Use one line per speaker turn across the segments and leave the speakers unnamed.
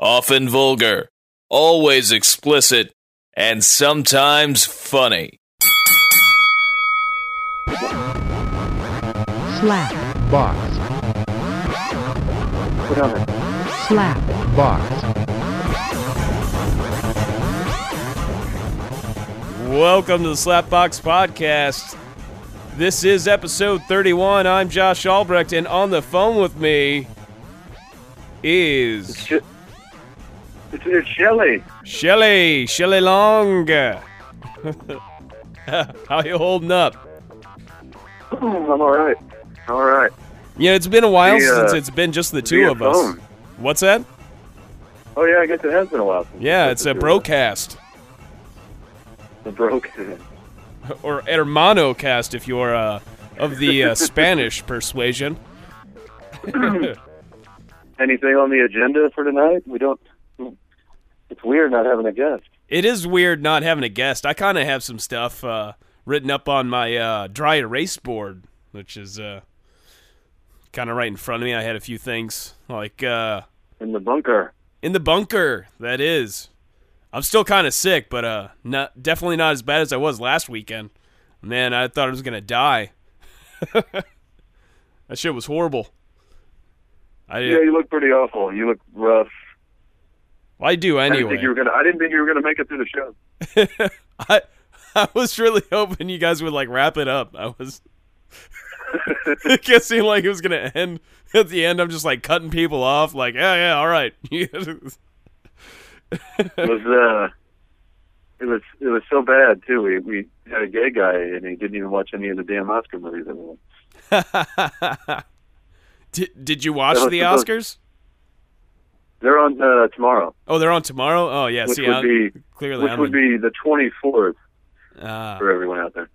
often vulgar, always explicit, and sometimes funny.
Slap,
box,
slap,
box,
Welcome to the Slapbox Podcast. This is episode 31. I'm Josh Albrecht, and on the phone with me is
Ch- It's it's Shelly.
Shelly, Shelly Long. How you holding up?
Oh, I'm all right. All right.
Yeah, it's been a while
The, uh,
since it's been just the two
via
of us.
phone.
What's that?
Oh yeah, I guess it has been a while. Since
Yeah, it's a brocast
A broke.
or hermano cast if you're uh, of the uh, Spanish persuasion.
Anything on the agenda for tonight? We don't. It's weird not having a guest.
It is weird not having a guest. I kind of have some stuff uh, written up on my uh, dry erase board, which is uh, kind of right in front of me. I had a few things like uh,
In the bunker.
in the bunker. That is, I'm still kind of sick, but uh, not definitely not as bad as I was last weekend. Man, I thought I was gonna die. that shit was horrible. I
Yeah. you look pretty awful. You look rough.
I do
I didn't
anyway.
think you were gonna. I didn't think you were gonna make it through the show.
I I was really hoping you guys would like wrap it up. I was it just seemed like it was gonna end at the end. I'm just like cutting people off, like yeah, yeah, all right.
It was. uh It was. It was so bad too. We we had a gay guy and he didn't even watch any of the damn Oscar movies anymore.
did did you watch
That was
the
supposed-
Oscars?
They're on uh, tomorrow,
Oh, they're on tomorrow. Oh yeah,
which
see,
would
I-
be
clearly,
which
I'm
would
in-
be the 24th
ah,
for everyone out there.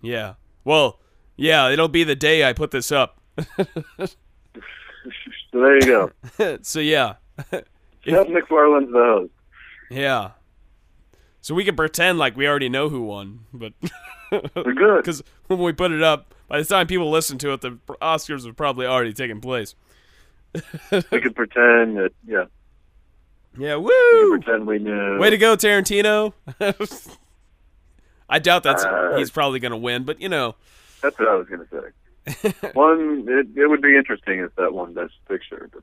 yeah. Well, yeah, it'll be the day I put this up.
So there you go.
so yeah,
Jeff McFarlane's the host.
yeah. So we can pretend like we already know who won, but.
We're good.
because when we put it up, by the time people listen to it, the Oscars have probably already taken place.
we could pretend that, yeah,
Yeah, woo!
pretend we knew.
Way to go, Tarantino. I doubt that's
Uh,
he's probably going to win, but you know,
That's what I was going to say. one, it, it would be interesting if that one best picture. But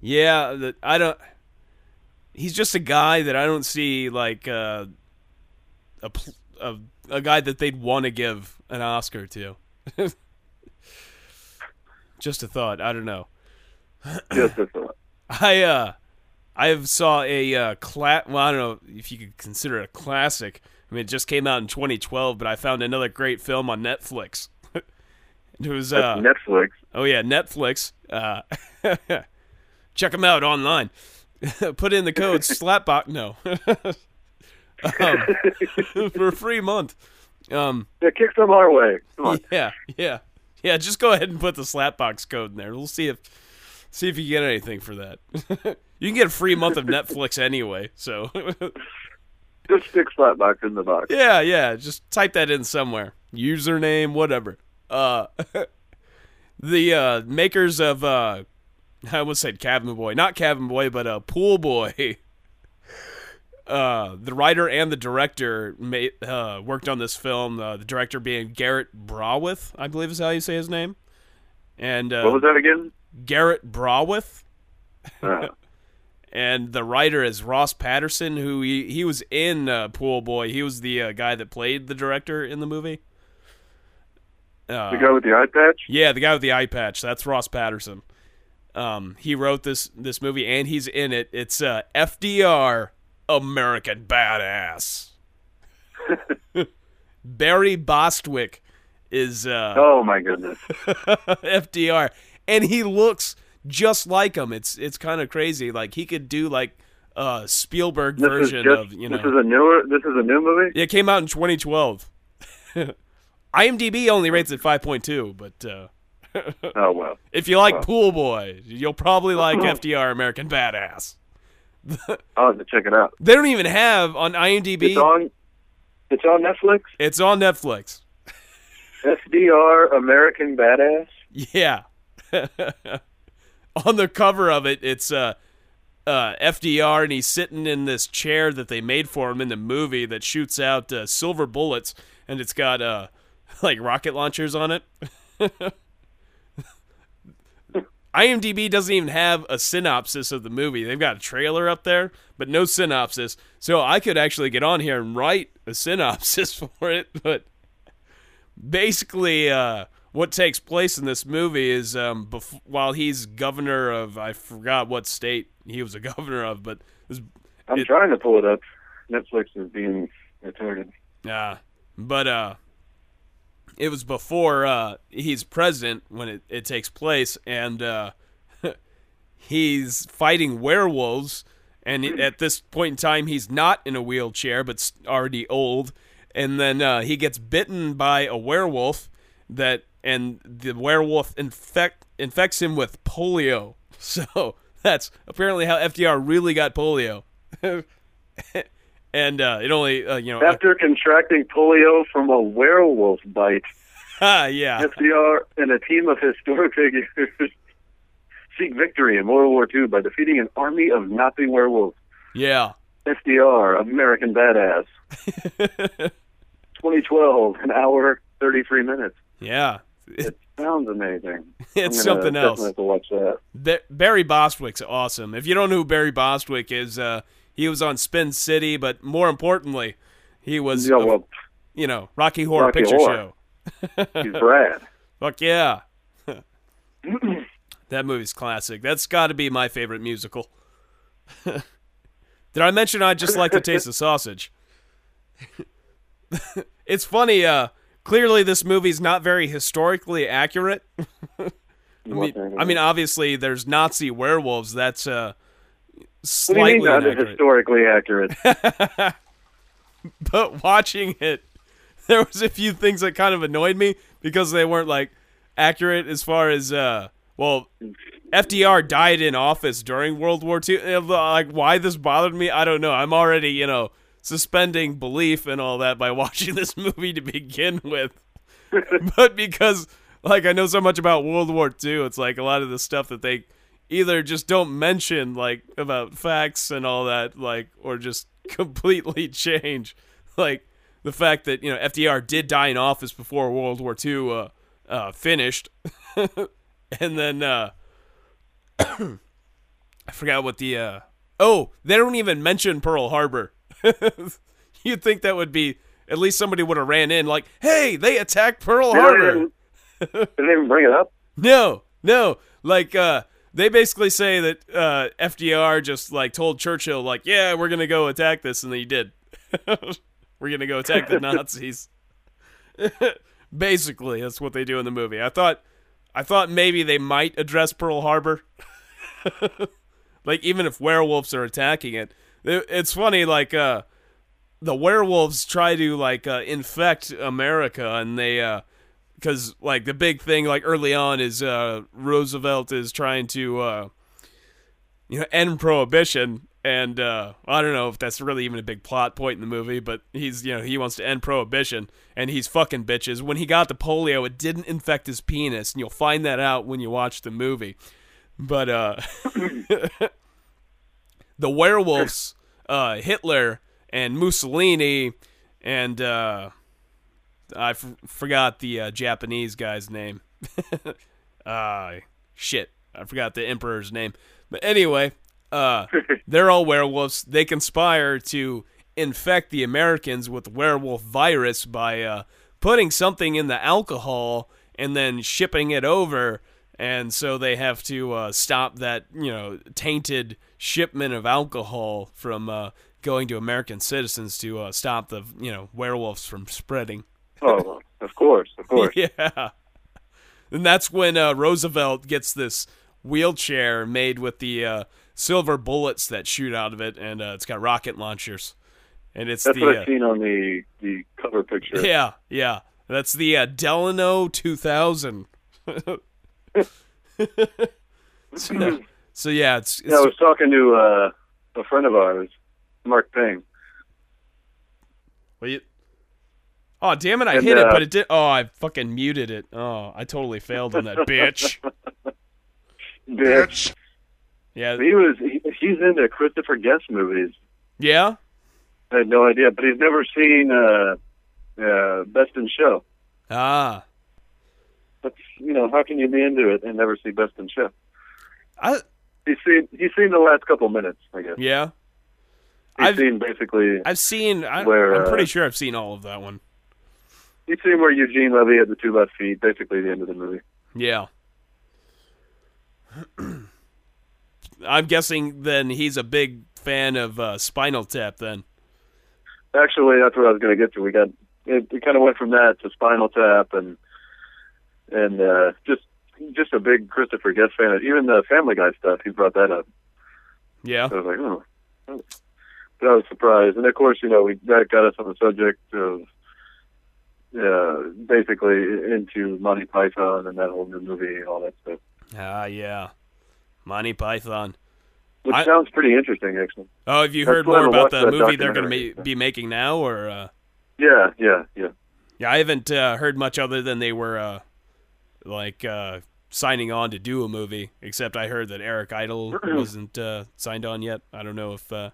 yeah, that I don't. He's just a guy that I don't see like uh, a pl- a a guy that they'd want to give an Oscar to. just a thought. I don't know.
just this one.
I uh I saw a uh cla- well I don't know if you could consider it a classic. I mean it just came out in 2012, but I found another great film on Netflix. it was
That's
uh
Netflix.
oh yeah, Netflix. Uh check them out online. Put in the code slapbox no. um, for a free month. Um
Yeah, kick some our way. Come on.
yeah, yeah, yeah. Just go ahead and put the Slapbox code in there. We'll see if see if you get anything for that. you can get a free month of Netflix anyway. So
Just stick Slapbox in the box.
yeah, yeah. Just type that in somewhere. Username, whatever. Uh, the uh, makers of uh, I almost said Cabin Boy, not Cabin Boy, but uh, Pool Boy. Uh, the writer and the director made, uh, worked on this film. Uh, the director being Garrett Brawith, I believe is how you say his name, and uh,
What was that again?
Garrett Brawith,
Uh,
and the writer is Ross Patterson, who he, he was in uh, Pool Boy. He was the uh, guy that played the director in the movie. Uh,
the guy with the eye patch?
yeah, the guy with the eye patch. That's Ross Patterson. Um, he wrote this this movie, and he's in it. It's uh, FDR, American Badass. Barry Bostwick is uh,
Oh, my goodness.
FDR, and he looks just like him. It's it's kind of crazy. Like he could do like a Spielberg
This is
version
just,
of you
this is
know.
a newer, this is a new movie?
it came out in 2012. IMDb only rates it 5.2, but uh,
Oh, wow.
if you like Pool Boy, you'll probably like FDR American Badass.
I'll have to check it out.
They don't even have on IMDb.
It's on, it's on Netflix?
it's on Netflix.
SDR American Badass?
Yeah. on the cover of it, it's uh, uh, FDR and he's sitting in this chair that they made for him in the movie that shoots out uh, silver bullets and it's got uh, like rocket launchers on it. IMDb doesn't even have a synopsis of the movie. They've got a trailer up there, but no synopsis. So I could actually get on here and write a synopsis for it, but basically uh, what takes place in this movie is um, bef- while he's governor of I forgot what state he was a governor of, but this,
I'm
It-
trying to pull it up. Netflix is being retarded.
uh, but uh, it was before uh, he's president when it, it takes place, and uh, he's fighting werewolves. And it- at this point in time, he's not in a wheelchair, but s- already old. And then uh, he gets bitten by a werewolf that, and the werewolf infect infects him with polio. So that's apparently how FDR really got polio. and uh, it only, uh, you know,
After contracting polio from a werewolf bite,
Ah, yeah.
FDR and a team of historic figures seek victory in World War II by defeating an army of Nazi werewolves.
Yeah.
FDR, American Badass. 2012, an hour, 33 minutes.
yeah.
It sounds amazing.
It's
I'm gonna
something else.
definitely Have to watch that.
Ba- Barry Bostwick's awesome. If you don't know who Barry Bostwick is, uh, he was on Spin City, but more importantly, he was,
Yeah,
uh,
well,
you know, Rocky Horror
Rocky
Picture
Horror.
Show.
he's Brad.
Fuck yeah. that movie's classic. That's got to be my favorite musical. Did I mention I just like the taste of sausage? it's funny. Uh, clearly, this movie's not very historically accurate. I mean, I mean, obviously, there's Nazi werewolves. That's uh,
what do you mean
slightly
not
inaccurate.
historically accurate?
But watching it, there was a few things that kind of annoyed me because they weren't like accurate as far as uh, well, FDR died in office during World War II. And, uh, like, why this bothered me, I don't know. I'm already, you know, suspending belief and all that by watching this movie to begin with. but because like I know so much about World War II, it's like a lot of the stuff that they either just don't mention like about facts and all that, like or just completely change. Like the fact that, you know, FDR did die in office before World War II uh, uh finished. and then uh I forgot what the uh Oh, they don't even mention Pearl Harbor. You'd think that would be at least somebody would have ran in like, "Hey, they attacked Pearl
They
Harbor."
didn't, they didn't even bring it up.
No, no. Like uh they basically say that uh FDR just like told Churchill like, "Yeah, we're going to go attack this." And then he did. we're going to go attack the Nazis. basically, that's what they do in the movie. I thought I thought maybe they might address Pearl Harbor. like even if werewolves are attacking it. It- It's funny like uh the werewolves try to like uh, infect America and they uh because like the big thing like early on is uh roosevelt is trying to uh you know end prohibition and uh i don't know if that's really even a big plot point in the movie but he's you know he wants to end prohibition and he's fucking bitches when he got the polio it didn't infect his penis and you'll find that out when you watch the movie but uh the werewolves uh hitler and mussolini and uh I f- forgot the uh, Japanese guy's name. uh, shit, I forgot the emperor's name. But anyway, uh, they're all werewolves. They conspire to infect the Americans with werewolf virus by uh, putting something in the alcohol and then shipping it over. And so they have to uh, stop that, you know, tainted shipment of alcohol from uh, going to American citizens to uh, stop the, you know, werewolves from spreading.
Oh, of course, of course.
Yeah. And that's when uh, Roosevelt gets this wheelchair made with the uh, silver bullets that shoot out of it, and uh, it's got rocket launchers. And it's
That's
the.
what
uh,
I've seen on the the cover picture.
yeah, yeah. That's the uh, Delano 2000. so, so, yeah, it's. it's
Yeah, I Hmm. was talking to uh, a friend of ours, Mark Ping.
Wait. Oh damn it! I
And,
hit it,
uh,
but it did. Oh, I fucking muted it. Oh, I totally failed on that, bitch.
Bitch.
Yeah,
He was he, he's into Christopher Guest movies.
Yeah.
I had no idea, but he's never seen uh, uh, Best in Show.
Ah.
But you know, how can you be into it and never see Best in Show?
I
He's seen he's seen the last couple minutes, I guess.
yeah.
He's
I've-
seen basically
I've seen. I,
Where,
I'm pretty
uh,
sure I've seen all of that one.
he's seen where Eugene Levy had the two left feet, basically the end of the movie.
Yeah. I'm guessing then he's a big fan of uh, Spinal Tap. Then.
Actually, that's what I was going to get to. We got it, it. Kind of went from that to Spinal Tap, and and uh, just just a big Christopher Guest fan. Even the Family Guy stuff, he brought that up.
Yeah.
So I was like, oh. But I was surprised, and of course, you know, we that got us on the subject of uh, basically into Monty Python and that whole new movie and all that stuff,
Ah, yeah. Monty Python.
which
I-
sounds pretty interesting, actually.
Oh, have you
I
heard
still
more
haven't
about
watched
the
that
movie they're going
documentary.
to ma- be making now? Or uh,
Yeah, yeah, yeah.
yeah, I haven't uh, heard much other than they were uh, like uh, signing on to do a movie. Except I heard that Eric Idle wasn't uh, signed on yet. I don't know if. Uh,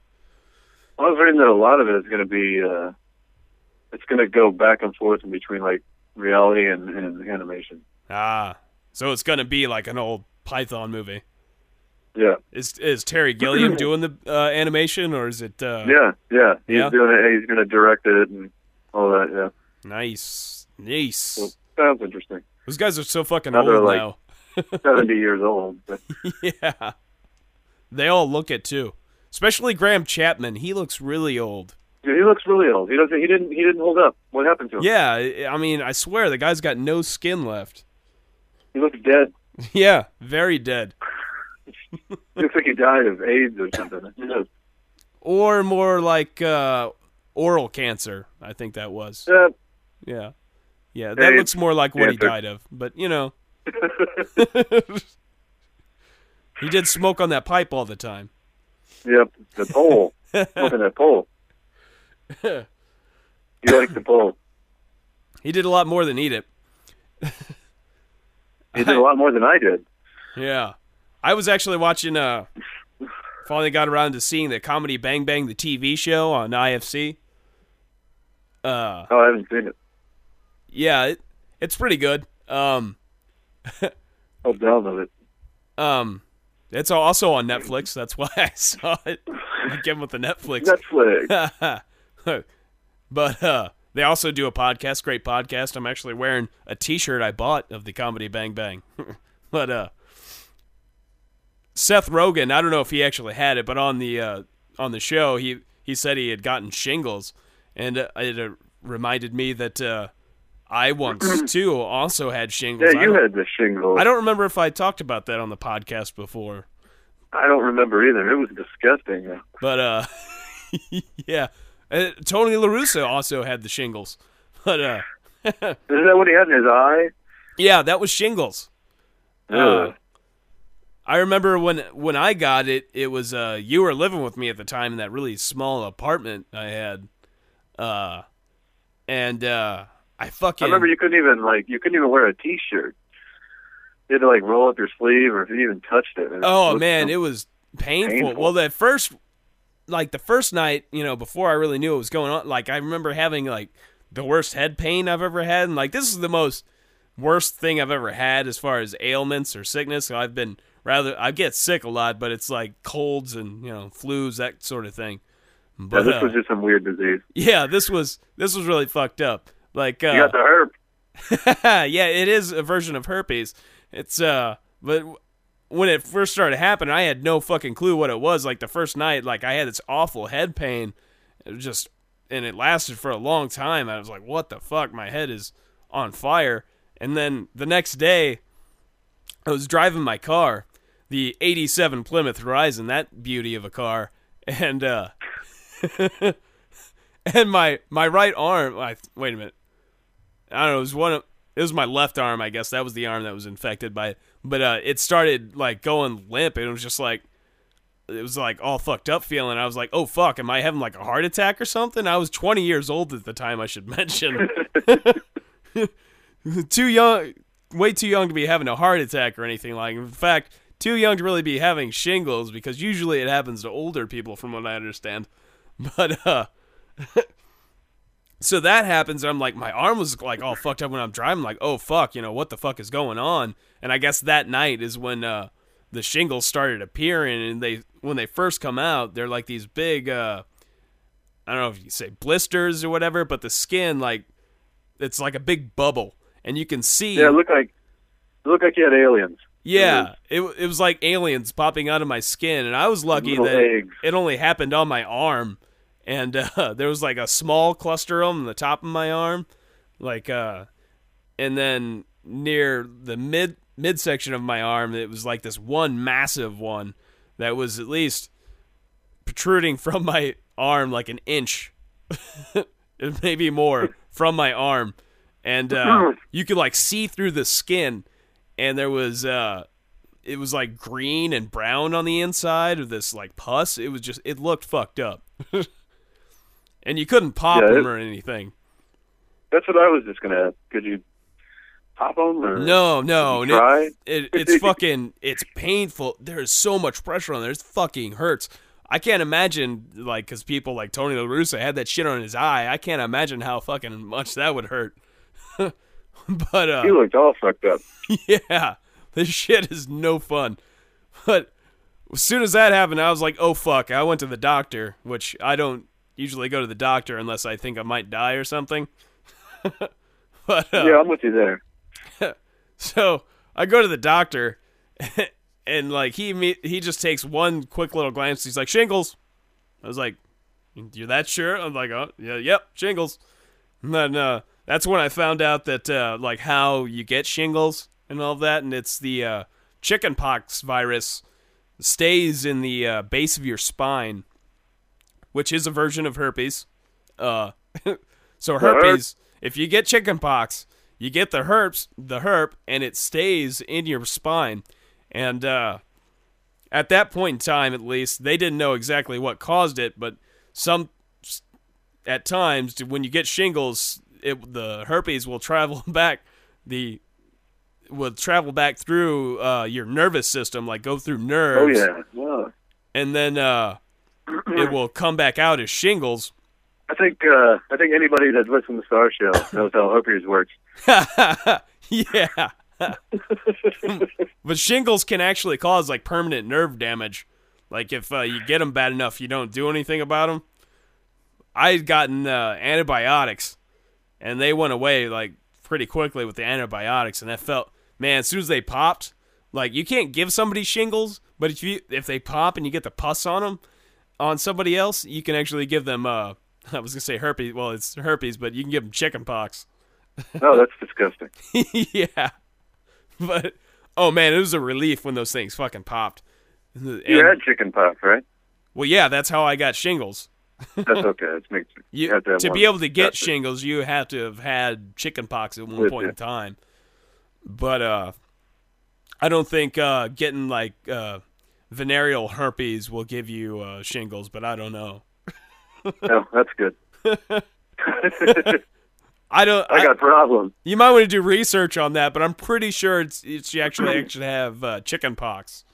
Well, I was reading that a lot of it is going to be, uh, it's going to go back and forth in between like reality and, and animation.
ah, so it's going to be like an old Python movie.
Yeah,
Is is Terry Gilliam doing the uh, animation or is it? Uh,
yeah, yeah. He's
Yeah.
doing it. He's going to direct it and all that. Yeah,
Nice, nice.
so, sounds interesting.
Those guys are so fucking
Now they're
old
Mm. like-
now.
Seventy years old, but
Yeah. They all look it too. Especially Graham Chapman. He looks really old.
dude, he looks really old. He doesn't. He didn't. He didn't hold up. What happened to him?
Yeah, I I mean, I swear the guy's got no skin left.
He looks dead.
Yeah, very dead.
He looks like he died of AIDS or something. Who knows?
Or more like uh, oral cancer, I think that was.
Yeah.
Yeah. Yeah, that
Hey,
looks more like what he
cancer.
died of. But, you know. he did smoke on that pipe all the time.
Yep. The pole. Look at that pole. He likes the pole.
He did a lot more than eat it.
He did a lot more than I did.
Yeah. I was actually watching uh finally got around to seeing the comedy Bang Bang the TV show on IFC. Uh
Oh, I haven't seen it.
yeah, it, it's pretty good. Um
I'll download it.
um it's also on Netflix, that's why I saw it. I came with the Netflix.
Netflix.
but uh they also do a podcast, great podcast. I'm actually wearing a t-shirt I bought of the comedy Bang Bang. but uh Seth Rogen, I don't know if he actually had it, but on the uh on the show he he said he had gotten shingles and uh, it uh, reminded me that uh I once too also had shingles.
Yeah,
I
you
don't-
had the shingles.
I don't remember if I talked about that on the podcast before.
I don't remember either. It was disgusting.
But uh, yeah, uh, Tony Larusso also had the shingles. But uh,
Is that what he had in his eye?
yeah, that was shingles. Uh,
Ugh.
I remember when when I got it, it was uh, you were living with me at the time in that really small apartment I had, uh, and uh, I
I
fucking
remember you couldn't even like you couldn't even wear a T-shirt. You had to like roll up your sleeve, or if you even touched it. it
Oh
looked-
man, it was painful.
Painful.
Well, that first, like the first night, you know, before I really knew what was going on, like I remember having like the worst head pain I've ever had, and like this is the most worst thing I've ever had as far as ailments or sickness. I've been rather I get sick a lot, but it's like colds and you know flus that sort of thing.
Yeah,
But
this
uh,
was just some weird disease.
yeah, this was this was really fucked up. Like uh,
You got the herp.
yeah, it is a version of herpes. It's uh, but w- when it first started happening, I had no fucking clue what it was. Like the first night, like I had this awful head pain. It was just, and it lasted for a long time. I was like, what the fuck? My head is on fire. And then the next day, I was driving my car, the '87 Plymouth Horizon, that beauty of a car, and uh, and my my right arm. I, wait a minute. I don't know. It was one of it was my left arm. I guess that was the arm that was infected by it. But uh, it started like going limp, and it was just like it was like all fucked up feeling. I was like, oh fuck, am I having like a heart attack or something? I was 20 years old at the time. I should mention too young, way too young to be having a heart attack or anything like. In fact, too young to really be having shingles because usually it happens to older people, from what I understand. But uh, so that happens. And I'm like, my arm was like all fucked up when I'm driving. Like, oh fuck, you know what the fuck is going on? And I guess that night is when uh, the shingles started appearing, and they when they first come out, they're like these big. Uh, I don't know if you say blisters or whatever, but the skin like it's like a big bubble, and you can see
Yeah, it looked like it looked like you had aliens. Mm-hmm.
yeah, it w- it was like aliens popping out of my skin, and I was lucky
Little
that
eggs.
it only happened on my arm, and uh, there was like a small cluster of them on the top of my arm, like uh, and then near the mid midsection of my arm, it was like this one massive one that was at least protruding from my arm like an inch, maybe more from my arm, and uh, you could like see through the skin, and there was uh, it was like green and brown on the inside of this like pus. It was just it looked fucked up, and you couldn't pop
Yeah,
them
it-
or anything.
That's what I was just gonna. ask. Could you pop them or
No, no,
you
no.
try?
It, it's fucking. It's painful. There is so much pressure on there. It fucking hurts. I can't imagine, like, because people like Tony La Russa had that shit on his eye. I can't imagine how fucking much that would hurt. but uh,
He looked all fucked up.
yeah, this shit is no fun. But as soon as that happened, I was like, oh fuck. I went to the doctor, which I don't usually go to the doctor unless I think I might die or something. but uh,
Yeah, I'm with you there.
so I go to the doctor, and like he imme- he just takes one quick little glance. He's like shingles. I was like, "You're that sure?" I'm like, "Oh yeah, yep, shingles." And then uh, that's when I found out that uh, like how you get shingles and all that, and it's the uh, chickenpox virus stays in the uh, base of your spine, which is a version of herpes. Uh, so
hurt.
herpes. If you get chickenpox, you get the herps, the herp, and it stays in your spine. And uh, at that point in time, at least, they didn't know exactly what caused it. But some, at times, when you get shingles, it, the herpes will travel back. The will travel back through uh, your nervous system, like go through
Oh
nerves,
yeah. No.
and then uh, it will come back out as shingles.
I think uh, I think anybody that's listened to Star Show knows how herpes works.
yeah. but shingles can actually cause like permanent nerve damage. Like if uh, you get them bad enough, you don't do anything about them. I'd gotten uh, antibiotics, and they went away like pretty quickly with the antibiotics, and that felt man. As soon as they popped, like you can't give somebody shingles, but if you if they pop and you get the pus on them, on somebody else, you can actually give them. Uh, I was gonna say herpes. Well, it's herpes, but you can give them chickenpox.
Oh, that's disgusting.
yeah. But oh man, it was a relief when those things fucking popped.
You
And-
had chicken pox, right?
well, yeah, that's how I got shingles.
That's okay. It's mixed.
You,
have have
to
one.
be able to get
That's it.
shingles, you have to have had chickenpox at one
Yeah,
point
yeah.
in time. But uh, I don't think uh, getting like uh, venereal herpes will give you uh, shingles. But I don't know.
No, that's good.
I don't.
I got problems.
you might want to do research on that, but I'm pretty sure it's, it's you actually actually have uh, chicken pox.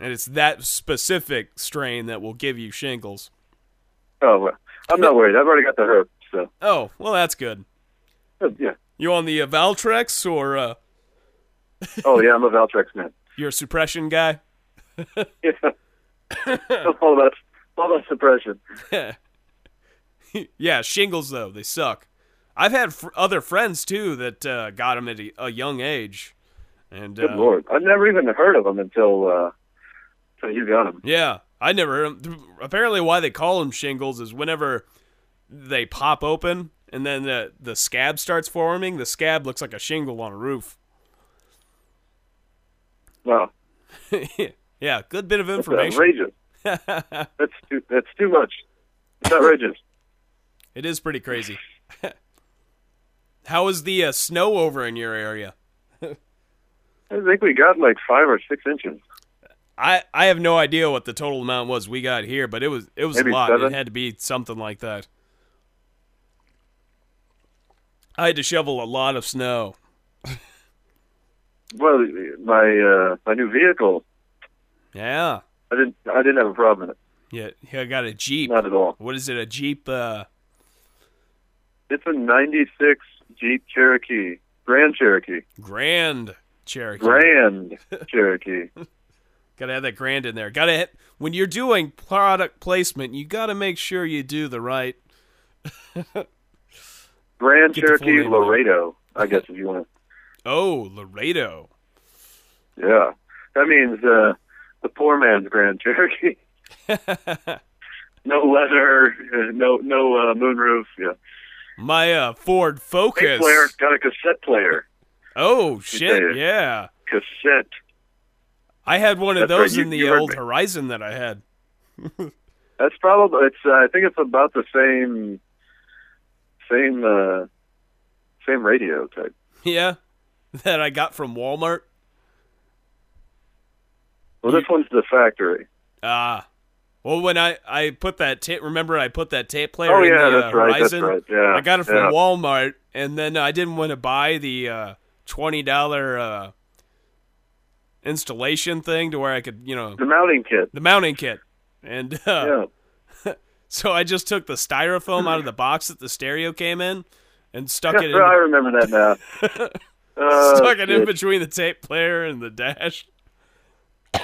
And it's that specific strain that will give you shingles.
Oh, well, I'm not worried. I've already got the herpes, so
Oh, well, that's good.
uh, yeah.
You on the uh, Valtrex or uh,
Oh yeah, I'm a Valtrex man.
you're a suppression guy?
Yeah. It's all about all about suppression.
yeah, shingles, though, they suck. I've had fr- other friends, too, that uh, got them at a, a young age. And,
Good
uh,
lord, I've never even heard of them until uh, until you got them.
Yeah, I never heard 'em. Th- Apparently, why they call them shingles is whenever they pop open and then the the scab starts forming. The scab looks like a shingle on a roof.
Wow,
yeah, good bit of
that's
information.
outrageous. that's too that's too much. It's outrageous.
It is pretty crazy. How is the uh, snow over in your area?
I think we got like five or six inches.
I, I have no idea what the total amount was we got here, but it was it was
Maybe
a lot.
seven?
It had to be something like that. I had to shovel a lot of snow.
well, my uh, my new vehicle.
Yeah.
I didn't I didn't have a problem with
Yeah. yeah, I got a
it,
Jeep.
not at all.
What is it? A Jeep? Uh,
It's a '96 Jeep Cherokee, Grand Cherokee,
Grand Cherokee.
Grand Cherokee.
Gotta have that grand in there. Gotta hit, when you're doing product placement, you gotta make sure you do the right.
Grand
Get the full
Cherokee
name on it.
Laredo, I guess if you want
Oh, Laredo.
to. Yeah, that means uh, the poor man's Grand Cherokee. no leather, uh, no no uh, moonroof. Yeah,
My uh, Ford
Tape
Focus.
player got a cassette player.
Oh
Yeah.
shit! Yeah,
Cassette.
I had one of
That's right,
those
you-
in the
you heard
old
me.
Horizon that I had.
That's probably it's. Uh, I think it's about the same, same, uh, same radio type.
Yeah, that I got from Walmart.
Well, this one's the factory.
Ah, well, when I I put that tape, remember I put that tape player
Oh
in
yeah,
the
that's
uh,
right.
Horizon.
That's right. Yeah,
I got it from
yeah.
Walmart, and then uh, I didn't want to buy the uh, twenty dollar uh, installation thing to where I could, you know,
the mounting kit.
the mounting kit, and uh,
Yeah,
so I just took the styrofoam out of the box that the stereo came in, and stuck it in,
I remember that now. Uh,
stuck it in
it,
between the tape player and the dash.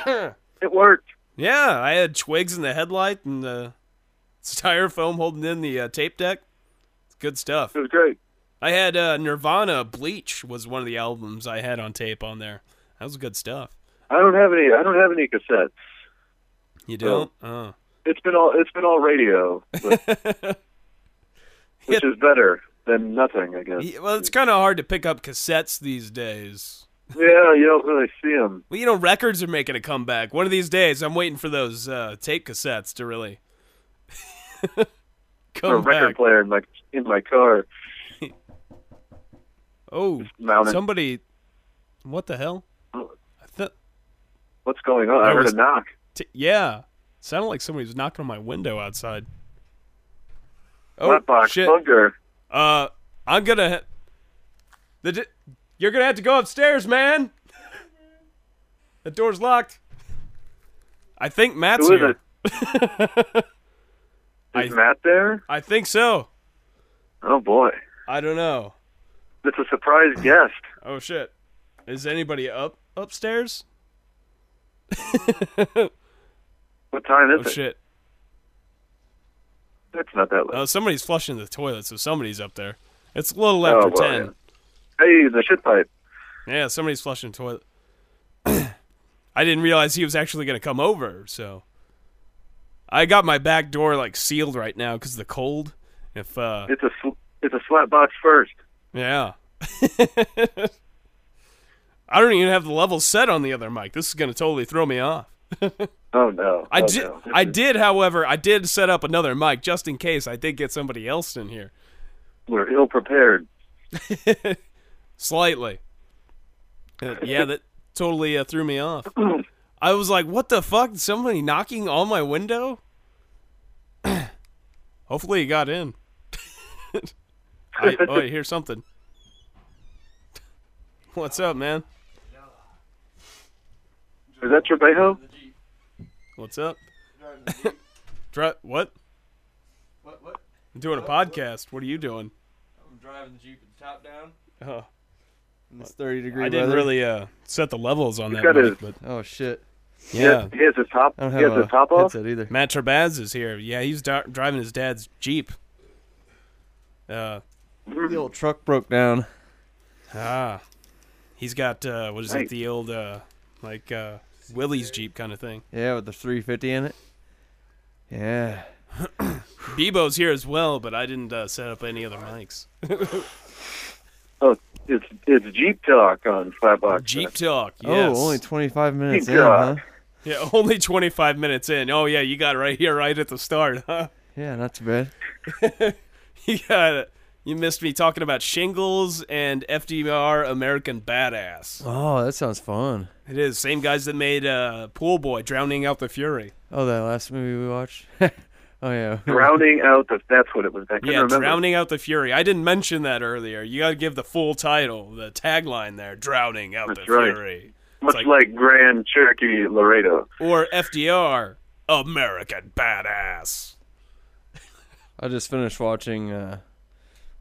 it worked.
Yeah, I had twigs in the headlight and the styrofoam holding in the uh, tape deck. It's good stuff.
It was great.
I had uh, Nirvana Bleach was one of the albums I had on tape on there. That was good stuff.
I don't have any. I don't have any cassettes.
You don't? Oh.
It's been all. It's been all radio, but, which is better than nothing, I guess.
Yeah, Well, it's kind of hard to pick up cassettes these days.
Yeah, you don't really see them.
Well, you know, records are making a comeback. One of these days, I'm waiting for those uh, tape cassettes to really
Or a
come
record
back.
player in my in my car
Oh,
mounted.
somebody! What the hell? I thought.
What's going on? I,
I
heard
was-
a knock.
T- yeah, sounded like somebody was knocking on my window outside. Oh
Flatbox box
shit!
bunker.
Uh, I'm gonna. ha- The di- you're gonna have to go upstairs, man. the door's locked. I think Matt's
Who is
here.
it? Is Matt there?
I think so.
Oh boy,
I don't know.
it's a surprise guest.
Oh shit! Is anybody up upstairs?
What time is
Oh
it?
shit!
It's not that late.
Uh, somebody's flushing the toilet, so somebody's up there. It's a little after
Oh, well,
ten.
Hey, the shit pipe.
Yeah, somebody's flushing the toilet. I didn't realize he was actually going to come over, so I got my back door like sealed right now because of the cold. If uh,
It's a sl- it's a slap box first.
yeah, I don't even have the level set on the other mic. This is going to totally throw me off.
Oh no.
I
oh,
did,
no.
I did, however, I did set up another mic just in case I did get somebody else in here
We're ill prepared.
slightly. Uh, yeah, that totally uh, threw me off. I was like, "What the fuck? Somebody knocking on my window?" Hopefully, he got in. I, oh, I hear something. What's up, man?
Is that Trebejo?
What's up? Dri- what?
What? What?
I'm doing a podcast. What are you doing?
I'm driving the Jeep with the top down.
Oh,
In this 30 degree
I didn't
weather.
really uh, set the levels on that,
got
mic,
his-
but
Oh shit!
yeah.
He has his top.
I don't
He
have
has
a
his top off.
headset either.
Matt Trabaz is here. Yeah, he's di- driving his dad's jeep. Uh,
The old truck broke down.
Ah, he's got uh, what is it?
Nice.
The old uh, like uh, Willie's Jeep kind of thing.
Yeah, with the 350 in it. Yeah.
Bebo's here as well, but I didn't uh, set up any other mics.
Oh, it's it's Jeep talk on Flatbox.
Jeep talk. Yes.
Oh, only 25 minutes
Good
in, huh?
God.
yeah, only twenty five minutes in. Oh yeah, you got it right here, right at the start. Huh?
Yeah, not too bad.
You got it. You missed me talking about shingles and FDR American Badass.
Oh, that sounds fun.
It is same guys that made uh, Pool Boy, Drowning Out the Fury.
Oh, that last movie we watched. Oh yeah.
drowning out the. That's what it was. I couldn't
Yeah,
remember.
drowning out the fury. I didn't mention that earlier. You got to give the full title, the tagline there, drowning out
That's
the
right.
fury,
Much
like-
like, Grand Cherokee Laredo.
or FDR, American badass.
I just finished watching. Uh,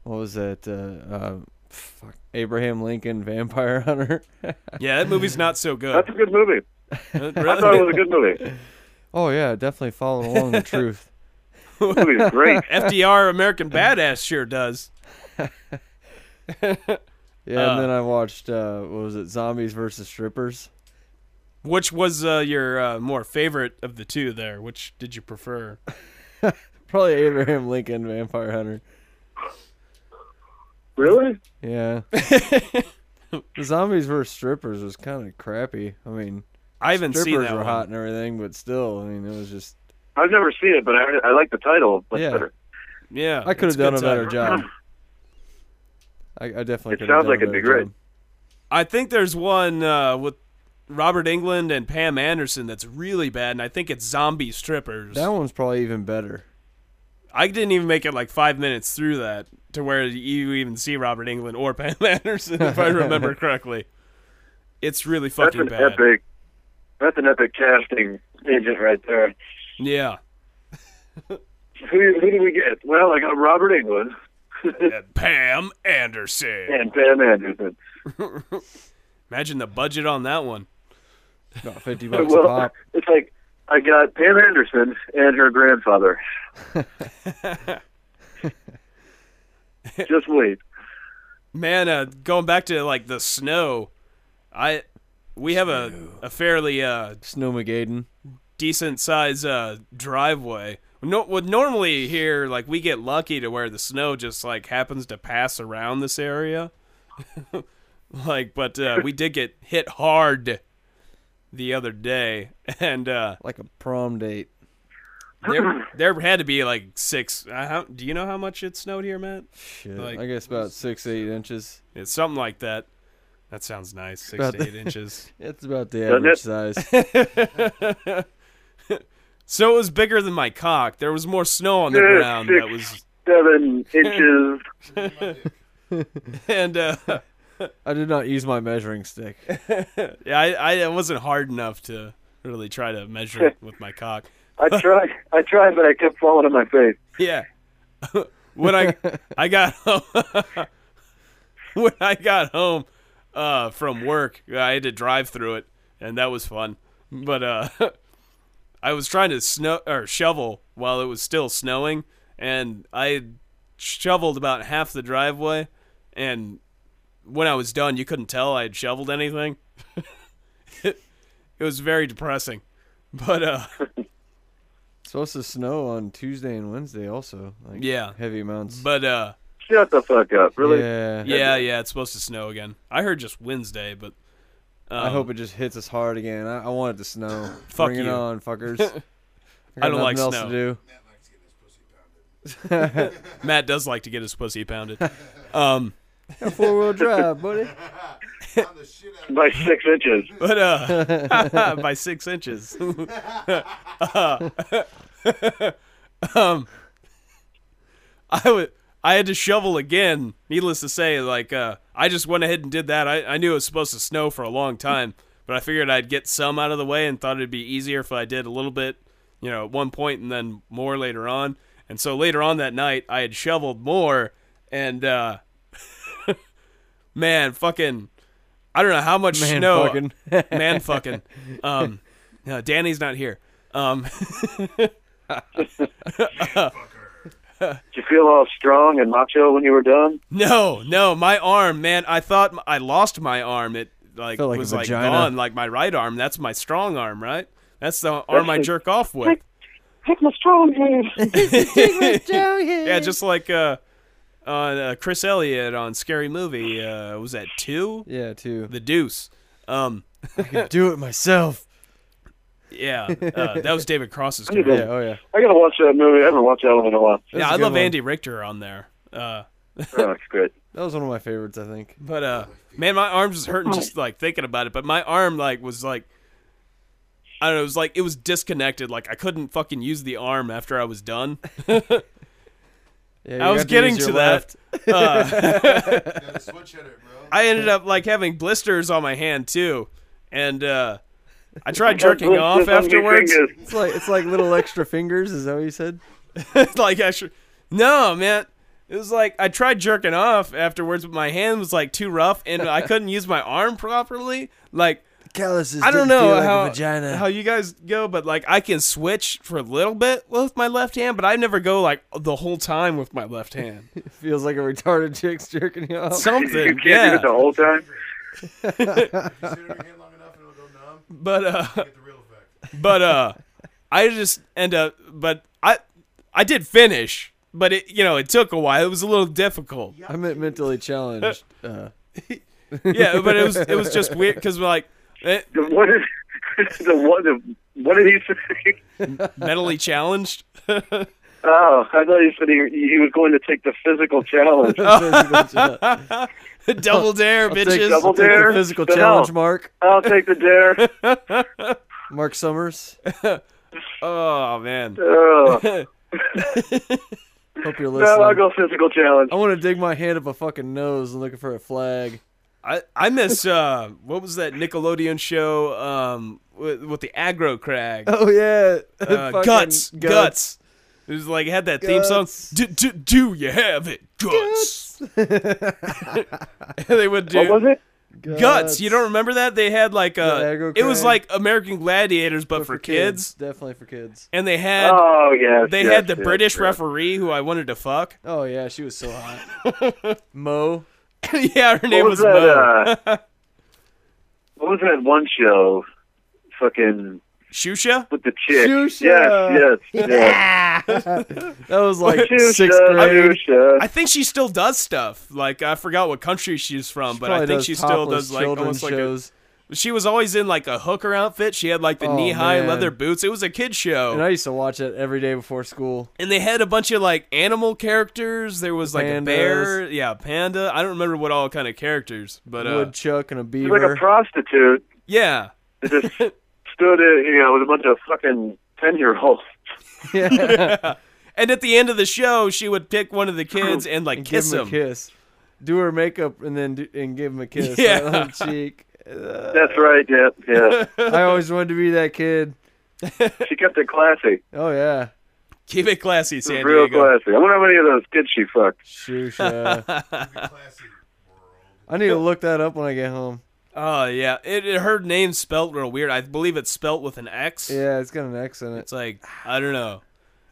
what was that? Uh, uh, fuck, Abraham Lincoln Vampire Hunter.
Yeah, that movie's not so good.
That's a good movie. I thought it was a good movie.
oh yeah, definitely follow along the truth.
The movie is great.
FDR, American badass, sure does.
Yeah,
Uh,
and then I watched. Uh, what was it? Zombies versus strippers.
Which was uh, your uh, more favorite of the two there? Which did you prefer?
Probably Abraham Lincoln Vampire Hunter.
Really?
Yeah. the zombies versus strippers was kind of crappy. I mean,
I haven't
strippers
seen that
were
one.
hot and everything, but still, I mean, it was just.
I've never seen it, but I, I like the title much
Yeah.
better.
Yeah,
I could
it's
have done
good
a better
time.
job. I, I definitely.
It
could have
sounds
done a
like it'd be
better
great.
job.
I think there's one uh, with Robert England and Pam Anderson that's really bad, and I think it's Zombie Strippers.
That one's probably even better.
I didn't even make it like five minutes through that to where you even see Robert England or Pam Anderson, if I remember correctly. It's really
That's
fucking
an
bad.
epic. That's an epic casting agent right there.
Yeah.
Who who do we get? Well, I got Robert England
And Pam Anderson.
and Pam Anderson.
Imagine the budget on that one.
About fifty bucks a
well,
pop.
it's like I got Pam Anderson and her grandfather. Just wait.
Man, uh, going back to like the snow, I we have a, a fairly uh,
Snowmageddon.
decent size uh, driveway. No, would normally here like we get lucky to where the snow just like happens to pass around this area, like but uh, we did get hit hard the other day, and uh,
like a prom date.
there there had to be like six. Uh, how, do you know how much it snowed here, Matt?
Shit,
Like-
I guess about six eight inches.
It's something like that. That sounds nice. Six
About
to
the-
eight inches.
It's about the
Doesn't
average
it?
size.
So it was bigger than my cock. There was more snow on the
Yeah,
ground.
six.
That was
Seven inches.
and uh,
I did not use my measuring stick.
yeah, I, I it wasn't hard enough to really try to measure it with my cock.
I tried. I tried, but I kept falling on my face.
Yeah. when I I got home when I got home uh, from work, I had to drive through it, and that was fun. But uh, I was trying to snow or shovel while it was still snowing, and I shoveled about half the driveway, and when I was done, you couldn't tell I had shoveled anything. it was very depressing, but uh,
It's supposed to snow on Tuesday and Wednesday also. Like
Yeah.
heavy amounts.
but uh.
Shut the fuck up. Really?
yeah,
Yeah, yeah, it's supposed to snow again. I heard just Wednesday, but
I hope it just hits us hard again. I, I want it to snow.
Fuck
Bring
you.
it on, fuckers. I, got
I don't like
nothing else
snow.
to do.
Matt does like to get his pussy pounded.
Four wheel drive, buddy.
By six inches.
But uh by six inches. um I would I had to shovel again. Needless to say, like uh I just went ahead and did that. I, I knew it was supposed to snow for a long time, but I figured I'd get some out of the way and thought it'd be easier if I did a little bit, you know, at one point and then more later on. And so later on that night I had shoveled more and uh man, fucking I don't know how much
Man,
snow
fucking.
man fucking um no, danny's not here um
Did you feel all strong and macho when you were done?
no no my arm man i thought m- i lost my arm it like
Felt like a
was like
vagina.
gone like my right arm that's my strong arm right that's the arm i
the-
jerk off with
Pick my strong hand.
yeah just like uh on uh, chris elliott on scary movie uh was that two
yeah, too.
the deuce um
do it myself.
yeah uh, that was david cross's
Yeah.
Yeah, oh yeah.
I gotta watch that movie. I haven't watched that one in a while.
yeah
a
i
good
love
one.
andy richter on there uh
Oh, it's great.
That was one of my favorites, I think.
But Oh. uh, man, my arm's just hurting just like thinking about it. But my arm like was like, I don't know. It was like it was disconnected. Like I couldn't fucking use the arm after I was done.
Yeah,
I
you
was
have
getting
use
to,
your
that.
left.
Uh,
Gotta switch hitter, bro.
I ended up like having blisters on my hand too, and uh, I tried jerking off afterwards.
It's like it's like little extra fingers. Is that what you said?
like extra. No, man. It was like I tried jerking off afterwards, but my hand was like too rough, and I couldn't use my arm properly. Like
Calluses.
I don't know how how you guys go, but like I can switch for a little bit with my left hand, but I never go like the whole time with my left hand.
feels like a retarded chick's jerking you off.
Something,
You can't do
yeah.
it the whole time.
You sit on your hand long enough and it'll go numb.
But uh,
Get the real effect.
but uh, I just end up. But I I did finish, but it you know it took a while. It was a little difficult.
I meant mentally challenged. Uh,
Yeah, but it was it was just weird because like. eh, It,
The, what is the what? The, what did he say?
mentally challenged.
Oh, I thought he said he, he was going to take the physical challenge.
physical challenge.
Double dare, bitches.
double-
Take the
dare?
physical
The hell?
challenge, Mark.
I'll take the dare.
Mark Summers.
Oh man.
Oh,
Hope you're listening.
no, I'll go physical challenge.
Oh,
I want to dig my hand up a fucking nose and looking for a flag.
I I miss uh what was that Nickelodeon show um with, with the aggro crag?
Oh yeah,
Uh, guts, guts. It was like it had that theme song.
Guts.
Do, do, do you have it? Guts. And they would do
What was it?
guts,
guts. You don't remember that? They had like uh
aggro
it was
crag.
like American Gladiators but,
But
for kids.
definitely for kids.
And they had
Oh, yes.
they
yes,
had the
yes,
British
yes.
referee who I wanted to fuck.
Oh yeah, she was so hot. Mo,
yeah, her name
What
was,
was that?
Mo.
Uh, what was that one show? Fucking
Shusha?
with the chick.
Shusha.
Yes, yes, yes.
that was like
Shusha,
sixth grade.
Shusha.
I think she still does stuff. Like I forgot what country she's from, but I
Probably
think
does
she still
topless
does like
children's
almost
shows.
like a, she was always in like a hooker outfit. She had like the
Oh,
knee high
man.
leather boots. It was a kid show,
and I used to watch it every day before school.
and they had a bunch of like animal characters. There was like a bear, yeah, panda. I don't remember what all kind of characters, but uh,
Woodchuck and a
She was
beaver.
like a prostitute
yeah,
that just stood, in, you know, with a bunch of fucking ten-year-olds.
and at the end of the show, she would pick one of the kids and like
and
kiss
give
him.
him a kiss. Do her makeup and then do, and give him a kiss
Yeah.
right on the cheek. Uh,
That's right. Yeah, yeah.
I always wanted to be that kid.
she kept it classy,
Oh yeah,
Keep it classy, San
real
Diego.
classy. I wonder how many of those kids she fucked.
Shusha.
Be classy, world.
I need to look that up when I get home.
Oh yeah, it, it her name's spelt real weird. I believe it's spelt with an X.
Yeah, it's got an X in it.
It's like I don't know.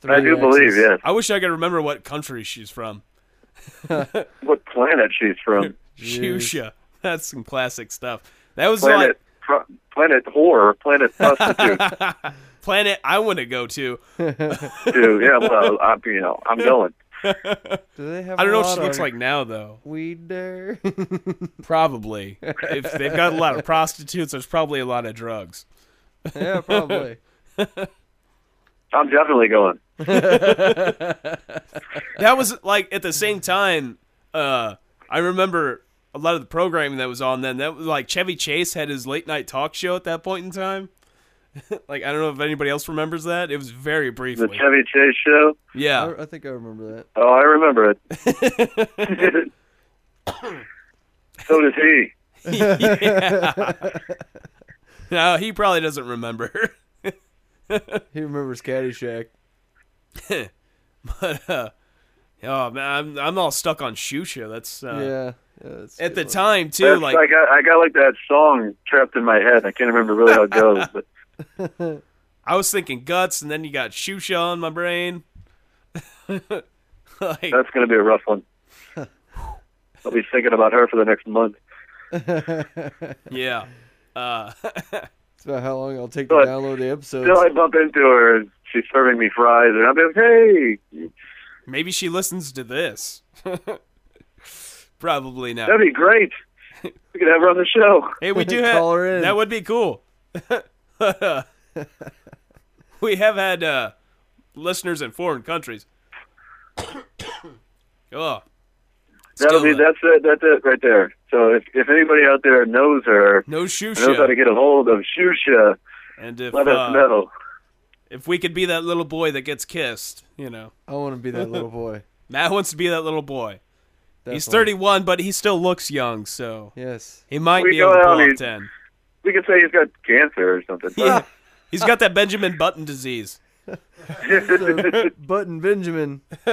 Three
I do
X's.
believe. Yes.
I wish I could remember what country she's from.
What planet she's from?
Shusha. That's some classic stuff. That was
Planet.
like
Pro- planet whore. Planet prostitute.
planet I want to go to.
too. Yeah. Well, I'm, you know, I'm going.
Do they have?
I don't
a
know what
lot
she looks
of
like now though.
Weed there.
Probably. if they've got a lot of prostitutes, there's probably a lot of drugs.
yeah, probably.
I'm definitely going.
That was like at the same time uh I remember a lot of the programming that was on then. That was like Chevy Chase had his late night talk show at that point in time. like I don't know if anybody else remembers that. It was very
The
briefly.
Chevy Chase show.
yeah.
I, I think I remember that.
Oh, I remember it. so does he.
No, he probably doesn't remember.
He remembers Caddyshack.
But uh, oh man, I'm I'm all stuck on Shusha. That's uh,
yeah. yeah that's a
at the
good
time too.
That's,
Like
I got I got like that song trapped in my head. I can't remember really how it goes, but
I was thinking guts, and then you got Shusha on my brain. like
that's gonna be a rough one. I'll be thinking about her for the next month.
one.
yeah, uh,
It's about how long I'll take to
But-
download the episodes.
Till I bump into her and she's serving me fries, and I'm like, hey,
maybe she listens to this. probably not.
that'd be great. We could have her on the show.
Hey, we do have
Call her in.
that would be cool. we have had uh, listeners in foreign countries. oh,
That'll be
Still, uh,
that's it. That's it right there. So if if anybody out there knows her,
no
knows how to
Shusha.
get a hold of Shusha,
And if
My best
uh,
metal.
if we could be that little boy that gets kissed, you know,
I want to be that little boy.
Matt wants to be that little boy. He's
Definitely.
31, but he still looks young, so
Yes.
he might
We
be able to
go
pull
out
off
and-
10.
We could say he's got cancer or something.
Yeah. He's got that Benjamin Button disease.
So, Button Benjamin.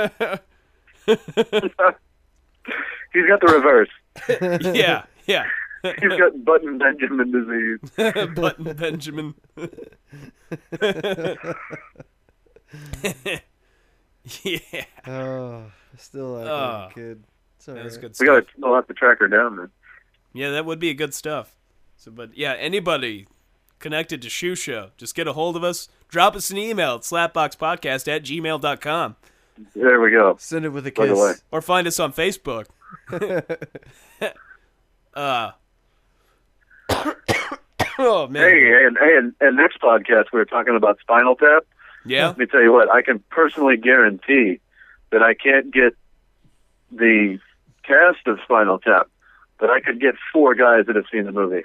He's got the reverse.
Yeah, yeah.
He's got button Benjamin disease.
Button Benjamin. yeah.
Oh, I still like
Ah.
that kid. It's all
That's
right.
good
We
stuff.
got to. I'll have to track her down then.
Yeah, that would be good stuff. So, but yeah, anybody connected to Shoe Show, just get a hold of us. Drop us an email at slapboxpodcast at gmail.com
There we go.
Send it with a
By the way.
kiss.
or find us on Facebook. uh, oh, man.
Hey, and, and and next podcast we were talking about Spinal Tap.
Yeah.
Let me tell you what. I can personally guarantee that I can't get the cast of Spinal Tap, but I could get four guys that have seen the movie.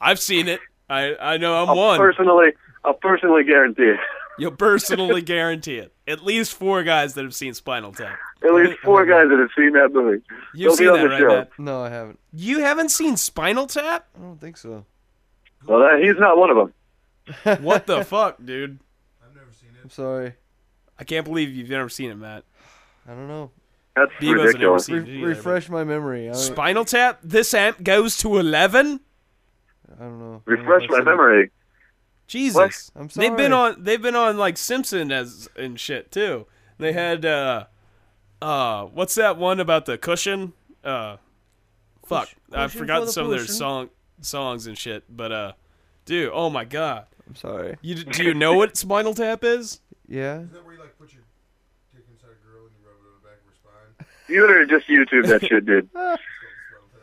I've seen it. I, I know I'm
I'll
one.
personally, I'll personally guarantee it.
You'll personally guarantee it. At least four guys that have seen Spinal Tap.
At least four guys that have seen that movie.
You've
They'll be
seen
on
that,
the
right,
show.
Matt?
No, I haven't.
You haven't seen Spinal Tap?
I don't think so.
Well, that, he's not one of them.
What the fuck, dude?
I've never seen
I'm
it.
sorry.
I can't believe you've never seen it, Matt.
I don't know.
That's
Bebo's an
ridiculous.
MC.
Re-
Dude, either, but-
refresh my memory. I, don't-
Spinal Tap? This amp goes to 11?
I don't know. I don't know if
Refresh
I've
my
seen it.
memory.
Jesus.
What? I'm
They've been
sorry.
on they've been on like Simpson as and shit too. They
Mm-hmm.
had uh uh what's that one about the cushion? Uh fuck. I've
cushion for
forgotten
the
some of their
cushion.
song songs and shit, but uh dude, oh my god.
I'm sorry.
You d- do you know what Spinal Tap is?
Yeah.
Isn't that where you like put your dick inside a girl and you rub it on the back of her spine?
You better just YouTube that shit, dude.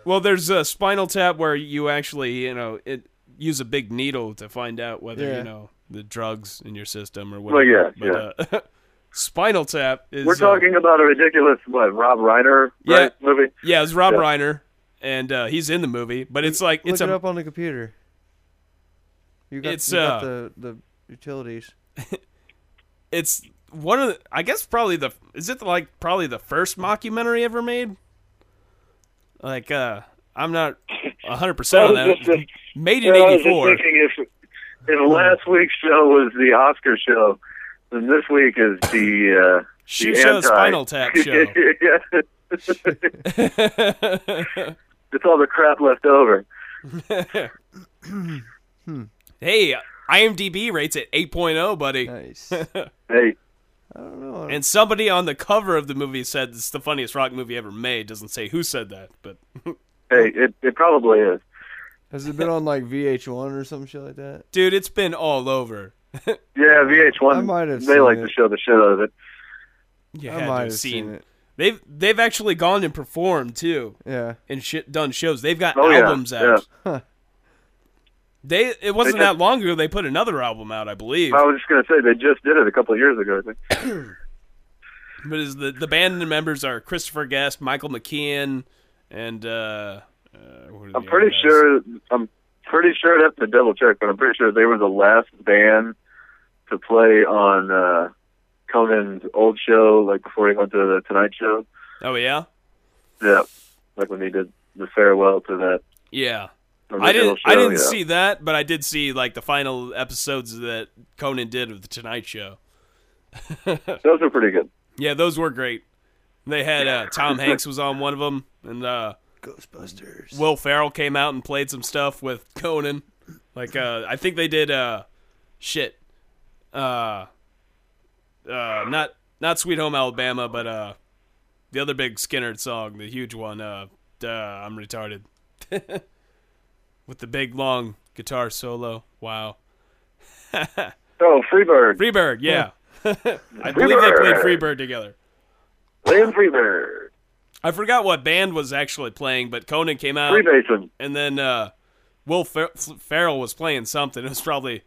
Well, there's a Spinal Tap where you actually, you know, it use a big needle to find out whether
Yeah.
you know the drugs in your system or
Well,
whatever.
yeah,
but, Uh, Spinal Tap is
We're
uh,
talking about a ridiculous what Rob Reiner
Yeah.
right, movie.
Yeah, it's Rob
Yeah.
Reiner, and uh, he's in the movie, but it's like
Look
it's
it
a
up on the computer. You got,
It's,
you got
uh,
the the utilities.
it's one of the, I guess probably the is it like probably the first mockumentary ever made. Like uh I'm not hundred percent on
That was
that.
just a-
made in
Yeah, I was
eighty
just
four.
thinking if if last week's show was the Oscar show, then this week is the uh,
Shoe
the
show,
anti-
Spinal Tap show.
Yeah. it's all the crap left over.
hey, IMDb rates it 8.0, buddy.
Nice. I
Hey,
don't know.
And somebody on the cover of the movie said it's the funniest rock movie ever made. Doesn't say who said that, but
hey, it it probably is.
Has it been on like VH1 or some shit like that?
dude, it's been all over.
Yeah, VH1.
I might have
they
seen
like
it.
to show the shit out of it.
You
I
had to
might
have
have seen.
seen.
it.
They've they've actually gone and performed too,
Yeah.
and shit done shows. They've got
Oh, yeah,
albums out.
yeah.
Huh.
They it wasn't that
just-
long ago they put another album out, I believe.
I was just gonna say they just did it a couple of years ago. I think.
But is the the band members are Christopher Guest, Michael McKean, and uh, uh what are
I'm
the other
pretty
guys?
sure. I'm pretty sure. I'd have to double check, but I'm pretty sure they were the last band to play on uh, Conan's old show, like before he went to the Tonight Show.
Oh yeah,
Yeah, like when he did the farewell to that.
yeah. I
original
didn't I
show,
didn't
yeah.
see that, but I did see like the final episodes that Conan did of the Tonight Show.
Those were pretty good.
Yeah, those were great. They had uh, Tom Hanks was on one of them, and uh,
Ghostbusters.
Will Farrell came out and played some stuff with Conan. Like uh I think they did uh shit. Uh uh not not Sweet Home Alabama, but uh the other big Skinner song, the huge one, uh duh, I'm retarded. with the big long guitar solo. Wow.
Oh, Freebird,
Freebird, yeah. I believe they played
Freebird.
Freebird together.
Liam Freebird,
I forgot what band was actually playing, but Conan came out
Free Basin.
and then uh, Will Fer- F- Farrell was playing something. It was probably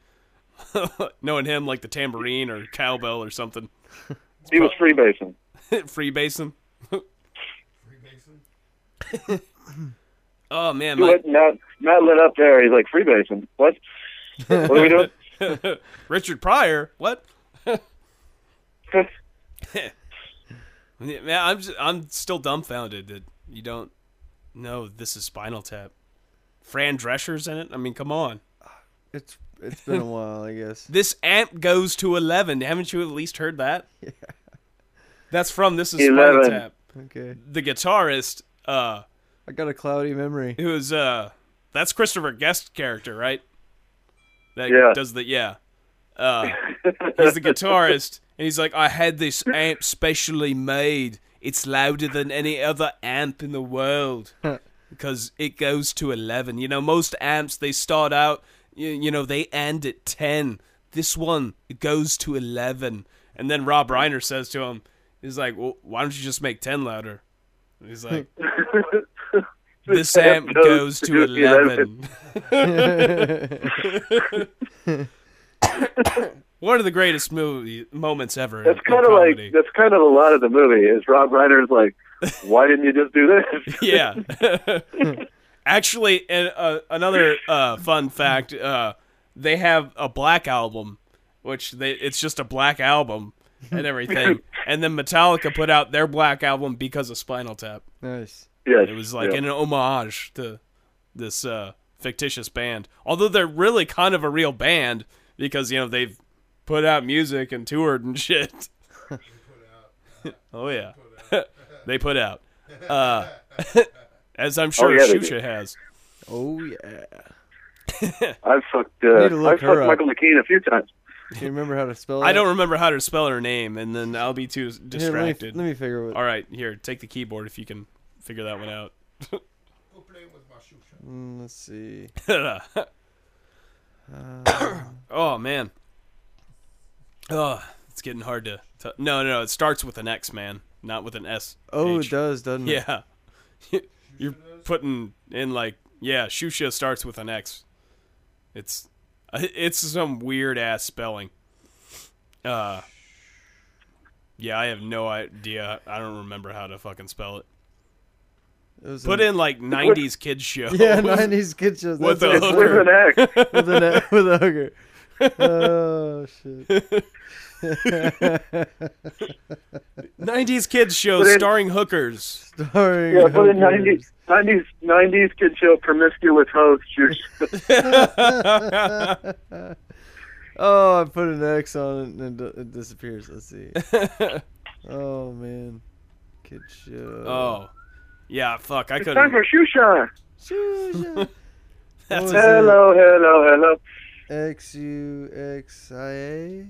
knowing him like the tambourine or cowbell or something.
He
uh,
was Free Basin.
Free basin.
Free Mason?
Oh man,
He
my,
let Matt, Matt lit up there. He's like, freebasing. What? What are we doing?
Richard Pryor. What? Yeah, man, I'm just, I'm still dumbfounded that you don't know this is Spinal Tap. Fran Drescher's in it. I mean, come on.
It's it's been a while, I guess.
This amp goes to eleven. Haven't you at least heard that? Yeah. That's from This is
11.
Spinal Tap.
Okay,
The guitarist, uh,
I got a cloudy memory.
who is uh, that's Christopher Guest character, right? That
Yeah.
does the yeah. Uh, he's the guitarist, and he's like, I had this amp specially made. It's louder than any other amp in the world because it goes to 11. You know, most amps, they start out, you, you know, they end at 10. This one, it goes to 11. And then Rob Reiner says to him, he's like, well, why don't you just make 10 louder? And he's like, this amp goes to 11. One of the greatest movie moments ever.
That's
in
kind of
comedy.
like that's kind of a lot of the movie. Is Rob Reiner's like, why didn't you just do this?
yeah. Actually, and uh, another uh, fun fact: uh, they have a black album, which they it's just a black album and everything. and then Metallica put out their black album because of Spinal Tap.
Nice.
Yes.
It was like
yeah.
an homage to this uh, fictitious band, although they're really kind of a real band because you know they've put out music and toured and shit. oh yeah, they put out. Uh, as I'm sure
Oh, yeah, they
Shusha
did.
has.
Oh yeah.
I've fucked
need
uh,
to look
I've
her
fucked
up.
Michael McKean a few times.
Do you remember how to spell
Oh,
it?
I don't remember how to spell her name, and then I'll be too
Here, let, me,
distracted.
let me figure it.
All right, here, take the keyboard if you can figure that one out.
Go play with my shoe shine.
Mm, let's see.
Uh, oh man. Oh, it's getting hard to. to no, no, no, it starts with an X, man, not with an S.
Oh,
H.
it does, doesn't it?
yeah. You're putting in like yeah, Shusha starts with an X. It's uh, it's some weird ass spelling. Uh. Yeah, I have no idea. I don't remember how to fucking spell it.
It was
Put
an-
in like '90s kids show.
Mm. Yeah, nineties kid shows.
What
that's
the
it.
With an X.
with an with a hooker. Oh shit!
90s kids show
But it-
starring hookers. Oh,
Starring
Yeah, put in
hookers.
nineties nineties nineties kid show promiscuous host. You're-
Oh, I put an X on it and it, it disappears. Let's see. oh man, kid show.
Oh. Yeah, fuck. I
It's time
couldn't.
for shoe shine.
Oh,
That's-
Hello, hello, hello.
X U X I A.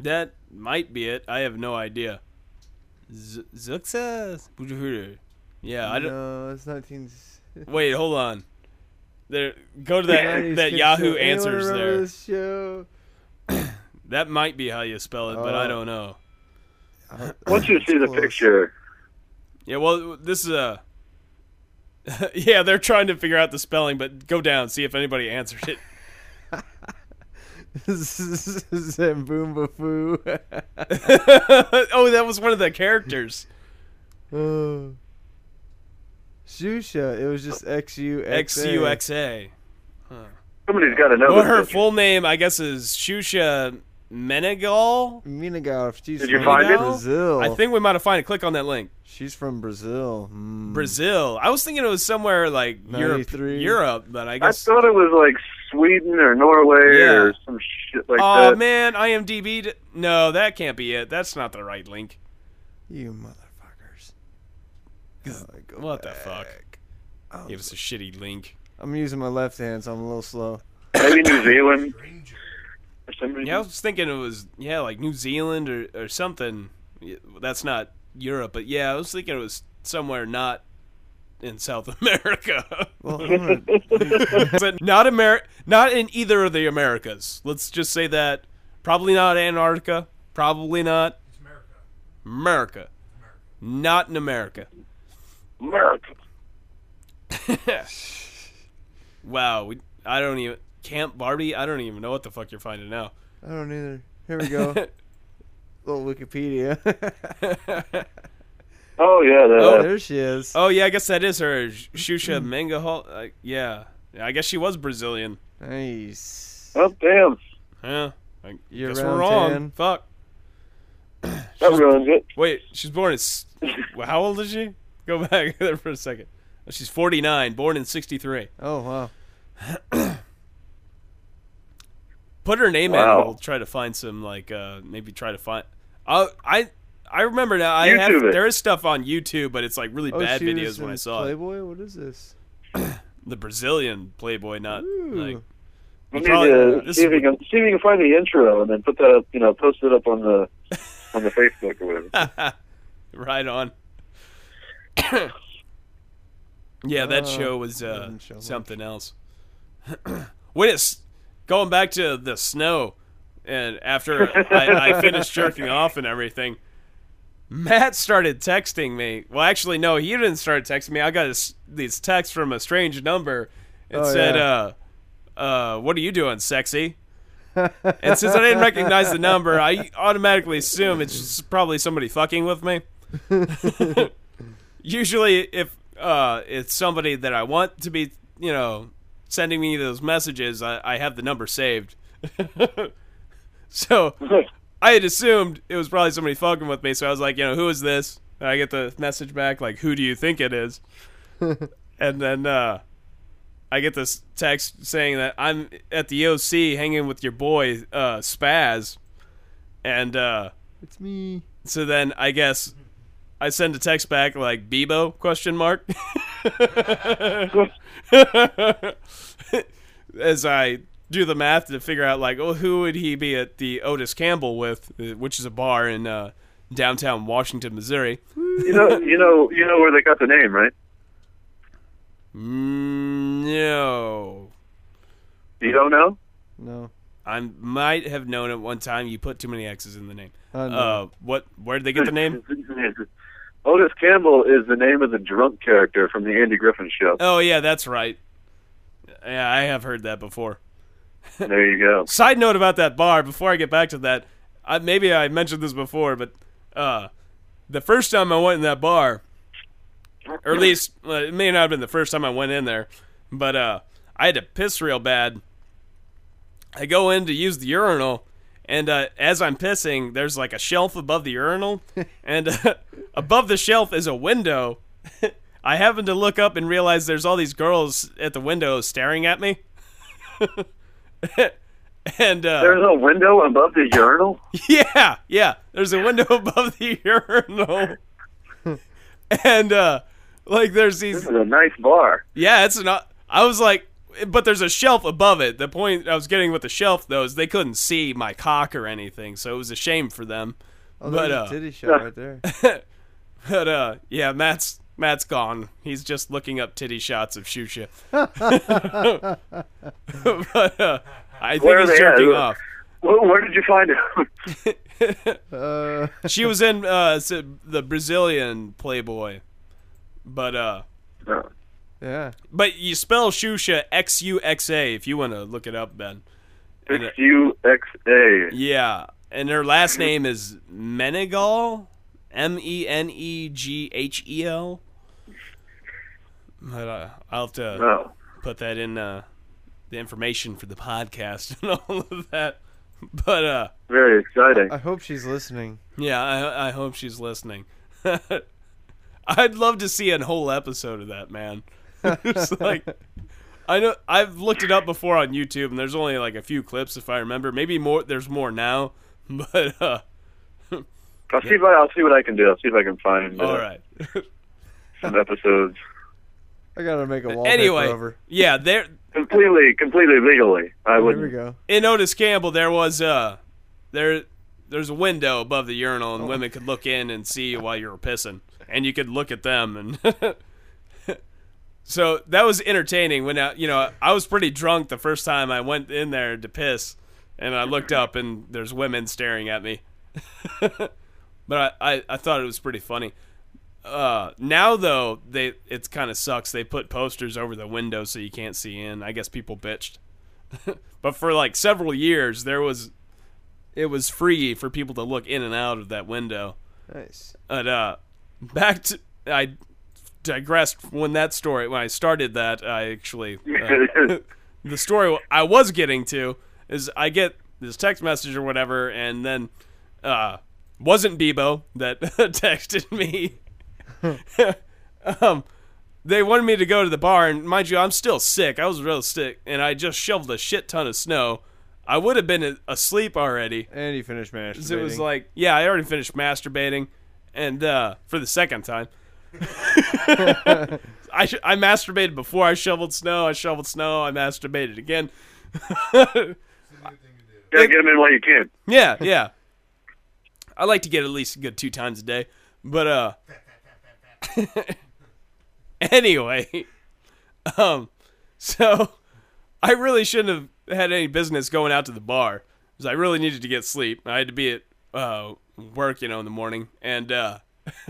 That might be it. I have no idea. Z- Zuxa? Yeah, I don't.
No, it's nineteen.
Wait, hold on. There, go to that that Yahoo answers there.
This show.
That might be how you spell it, but I
Oh.
don't know.
Once you see the
Close.
picture,
Yeah, well, this is a. yeah, they're trying to figure out the spelling, but go down see if anybody answered it.
Zamboomba foo.
oh, that was one of the characters.
Oh. Shusha. It was just X U X
X
A.
U X A.
somebody's got another.
Well, her
picture.
full name, I guess, is Shusha
Oh.
Menegal.
Minigolf. She's
Did you
from
find it?
Brazil.
I think we might have find it. Click on that link.
she's from Brazil. Hmm.
Brazil. I was thinking it was somewhere like Europe,
93.
Europe, but I
I
guess.
thought it was like Sweden or Norway
Yeah.
or some shit like
Oh
that.
man, IMDb. D- no, that can't be it. That's not the right link.
You motherfuckers. Oh, go
What the
back.
fuck? Give us a shitty link.
I'm using my left hand, so I'm a little slow.
Maybe New Zealand.
Ranger.
Or something.
Yeah, I was thinking it was yeah, like New Zealand or or something. Yeah, That's not Europe, but yeah, I was thinking it was somewhere not in South America.
Well, I'm gonna,
but not Amer- not in either of the Americas. Let's just say that probably not Antarctica, probably not
It's America.
America, not in America.
America.
Wow, we, I don't even Camp Barbie. I don't even know what the fuck you're finding now.
I don't either. Here we go. little Wikipedia.
Oh yeah, that,
Oh,
there she is.
Oh yeah, I guess that is her
Mm-hmm.
Shusha Mengahal. Uh, yeah, Yeah, I guess she was Brazilian.
Nice.
oh damn,
Yeah, I
Year
guess we're
round
wrong.
tan.
Fuck.
that ruins it.
Wait, she's born in. s- well, How old is she? Go back there for a second. Oh, She's 49, born in 63.
Oh wow.
Put her name in.
Wow.
and We'll try to find some like uh maybe try to find. I I I remember now. I have,
YouTube it.
there is stuff on YouTube, but it's like really
Oh,
bad
she
videos
was
when
in
I saw it.
Playboy. What is this?
The Brazilian Playboy, not like.
Ooh.
We need
probably-
to
this
uh, see if we
is-
can see if we can find the intro and then put that up. You know, post it up on the on the Facebook or whatever.
right on. yeah, that
Uh,
show was uh,
doesn't show much.
something else. Wait, it's going back to the snow, and after I, I finished jerking off and everything, Matt started texting me. Well, actually, no, he didn't start texting me. I got this, these texts from a strange number. It
Oh,
said,
yeah.
uh, uh, what are you doing, sexy? and since I didn't recognize the number, I automatically assume it's just probably somebody fucking with me. Usually, if uh, it's somebody that I want to be, you know, sending me those messages, I, I have the number saved. so I had assumed it was probably somebody fucking with me. So I was like, you know, who is this? And I get the message back, like, who do you think it is? and then, uh, I get this text saying that I'm at the OC hanging with your boy uh, Spaz, and uh,
It's me.
so then I guess I send a text back like Bebo question mark as I do the math to figure out like oh who would he be at the Otis Campbell with, uh, which is a bar in uh, downtown Washington, Missouri.
You know, you know, you know where they got the name, right?
Mm, no,
You don't know?
No.
I might have known at one time you put too many X's in the name.
I know.
Uh, what? Where did they get the name?
Otis Campbell is the name of the drunk character from the Andy Griffin Show.
Oh yeah, that's right. Yeah, I have heard that before.
There you go.
Side note about that bar. Before I get back to that, I, maybe I mentioned this before, but uh, the first time I went in that bar, or at least uh, it may not have been the first time I went in there, but uh, I had to piss real bad. I go in to use the urinal, and uh, as I'm pissing, there's like a shelf above the urinal, and uh, above the shelf is a window. I happen to look up and realize there's all these girls at the window staring at me. and uh,
There's a window above the urinal.
yeah, yeah. There's a window above the urinal, and uh, like there's
This
these.
is a nice bar.
Yeah, it's not. I was like, but there's a shelf above it. The point I was getting with the shelf though is they couldn't see my cock or anything, so it was a shame for them.
Oh,
but
there's
uh,
a titty shot right there.
but uh, yeah, Matt's Matt's gone. He's just looking up titty shots of Shusha. but uh, I uh, think
Where are
he's
they at?
jerking off.
Where, where did you find it?
Uh,
She was in uh, s- the Brazilian Playboy, but uh,
No.
yeah.
but you spell Xuxa X U X A if you want to look it up, Ben. And, uh,
X U X A.
yeah, and her last name is Menegal, M E N E G H E L. But uh, I'll have to
No.
put that in uh, the information for the podcast and all of that. But uh,
Very exciting.
I hope she's listening.
Yeah, I, I hope she's listening. I'd love to see a whole episode of that, man. it's like I know I've looked it up before on YouTube, and there's only like a few clips if I remember. Maybe more. There's more now, but uh,
I'll see if I, I'll see what I can do. I'll see if I can find uh,
all right.
some episodes
I gotta make a wallpaper
anyway,
over.
yeah, there
completely, completely legally. I
Here we
would.
go.
in Otis Campbell there was uh there there's a window above the urinal, and women could look in and see you while you were pissing, and you could look at them and. So that was entertaining. When I, you know, I was pretty drunk the first time I went in there to piss, and I looked up and there's women staring at me. but I, I, I thought it was pretty funny. Uh, now though, they it kind of sucks. They put posters over the window so you can't see in. I guess people bitched. but for like several years, there was it was free for people to look in and out of that window.
Nice.
But uh, back to I digressed when that story when I started that I actually uh,
yeah,
the story I was getting to is I get this text message or whatever, and then uh, wasn't Bebo that texted me. um, they wanted me to go to the bar, and mind you, I'm still sick. I was real sick, and I just shoveled a shit ton of snow. I would have been a- asleep already.
And he finished masturbating.
'cause It was like, yeah, I already finished masturbating, and uh, for the second time. I, sh- I masturbated before I shoveled snow. I shoveled snow. I masturbated again.
get them in while you can.
Yeah, yeah. I like to get at least a good two times a day. But uh anyway. Um so I really shouldn't have had any business going out to the bar because I really needed to get sleep. I had to be at uh work, you know, in the morning. And uh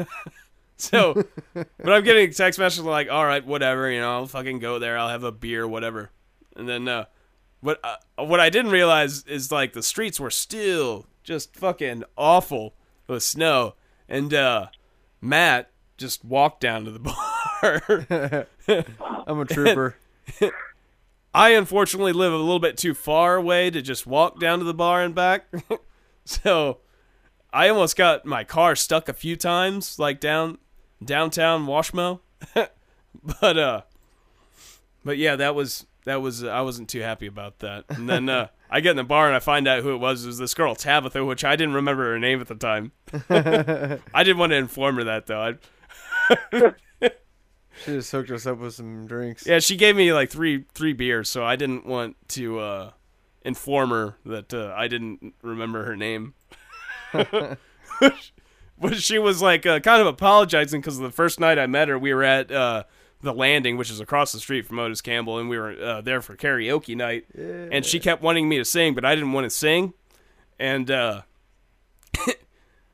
so but I'm getting text messages like, all right, whatever, you know, I'll fucking go there, I'll have a beer, whatever. And then uh what uh, what I didn't realize is like the streets were still just fucking awful with snow, and uh, Matt just walked down to the bar.
I'm a trooper.
I unfortunately live a little bit too far away to just walk down to the bar and back, so I almost got my car stuck a few times, like down downtown Washmo. but uh, but yeah, that was that was I wasn't too happy about that. And then uh, I get in the bar and I find out who it was. It was this girl Tabitha, which I didn't remember her name at the time. I didn't want to inform her that though. I,
she just hooked us up with some drinks.
yeah, she gave me like three three beers, so I didn't want to uh, inform her that uh, I didn't remember her name. but she was like uh, kind of apologizing because the first night I met her, we were at uh, the landing, which is across the street from Otis Campbell, and we were uh, there for karaoke night. And she kept wanting me to sing, but I didn't want to sing. And uh,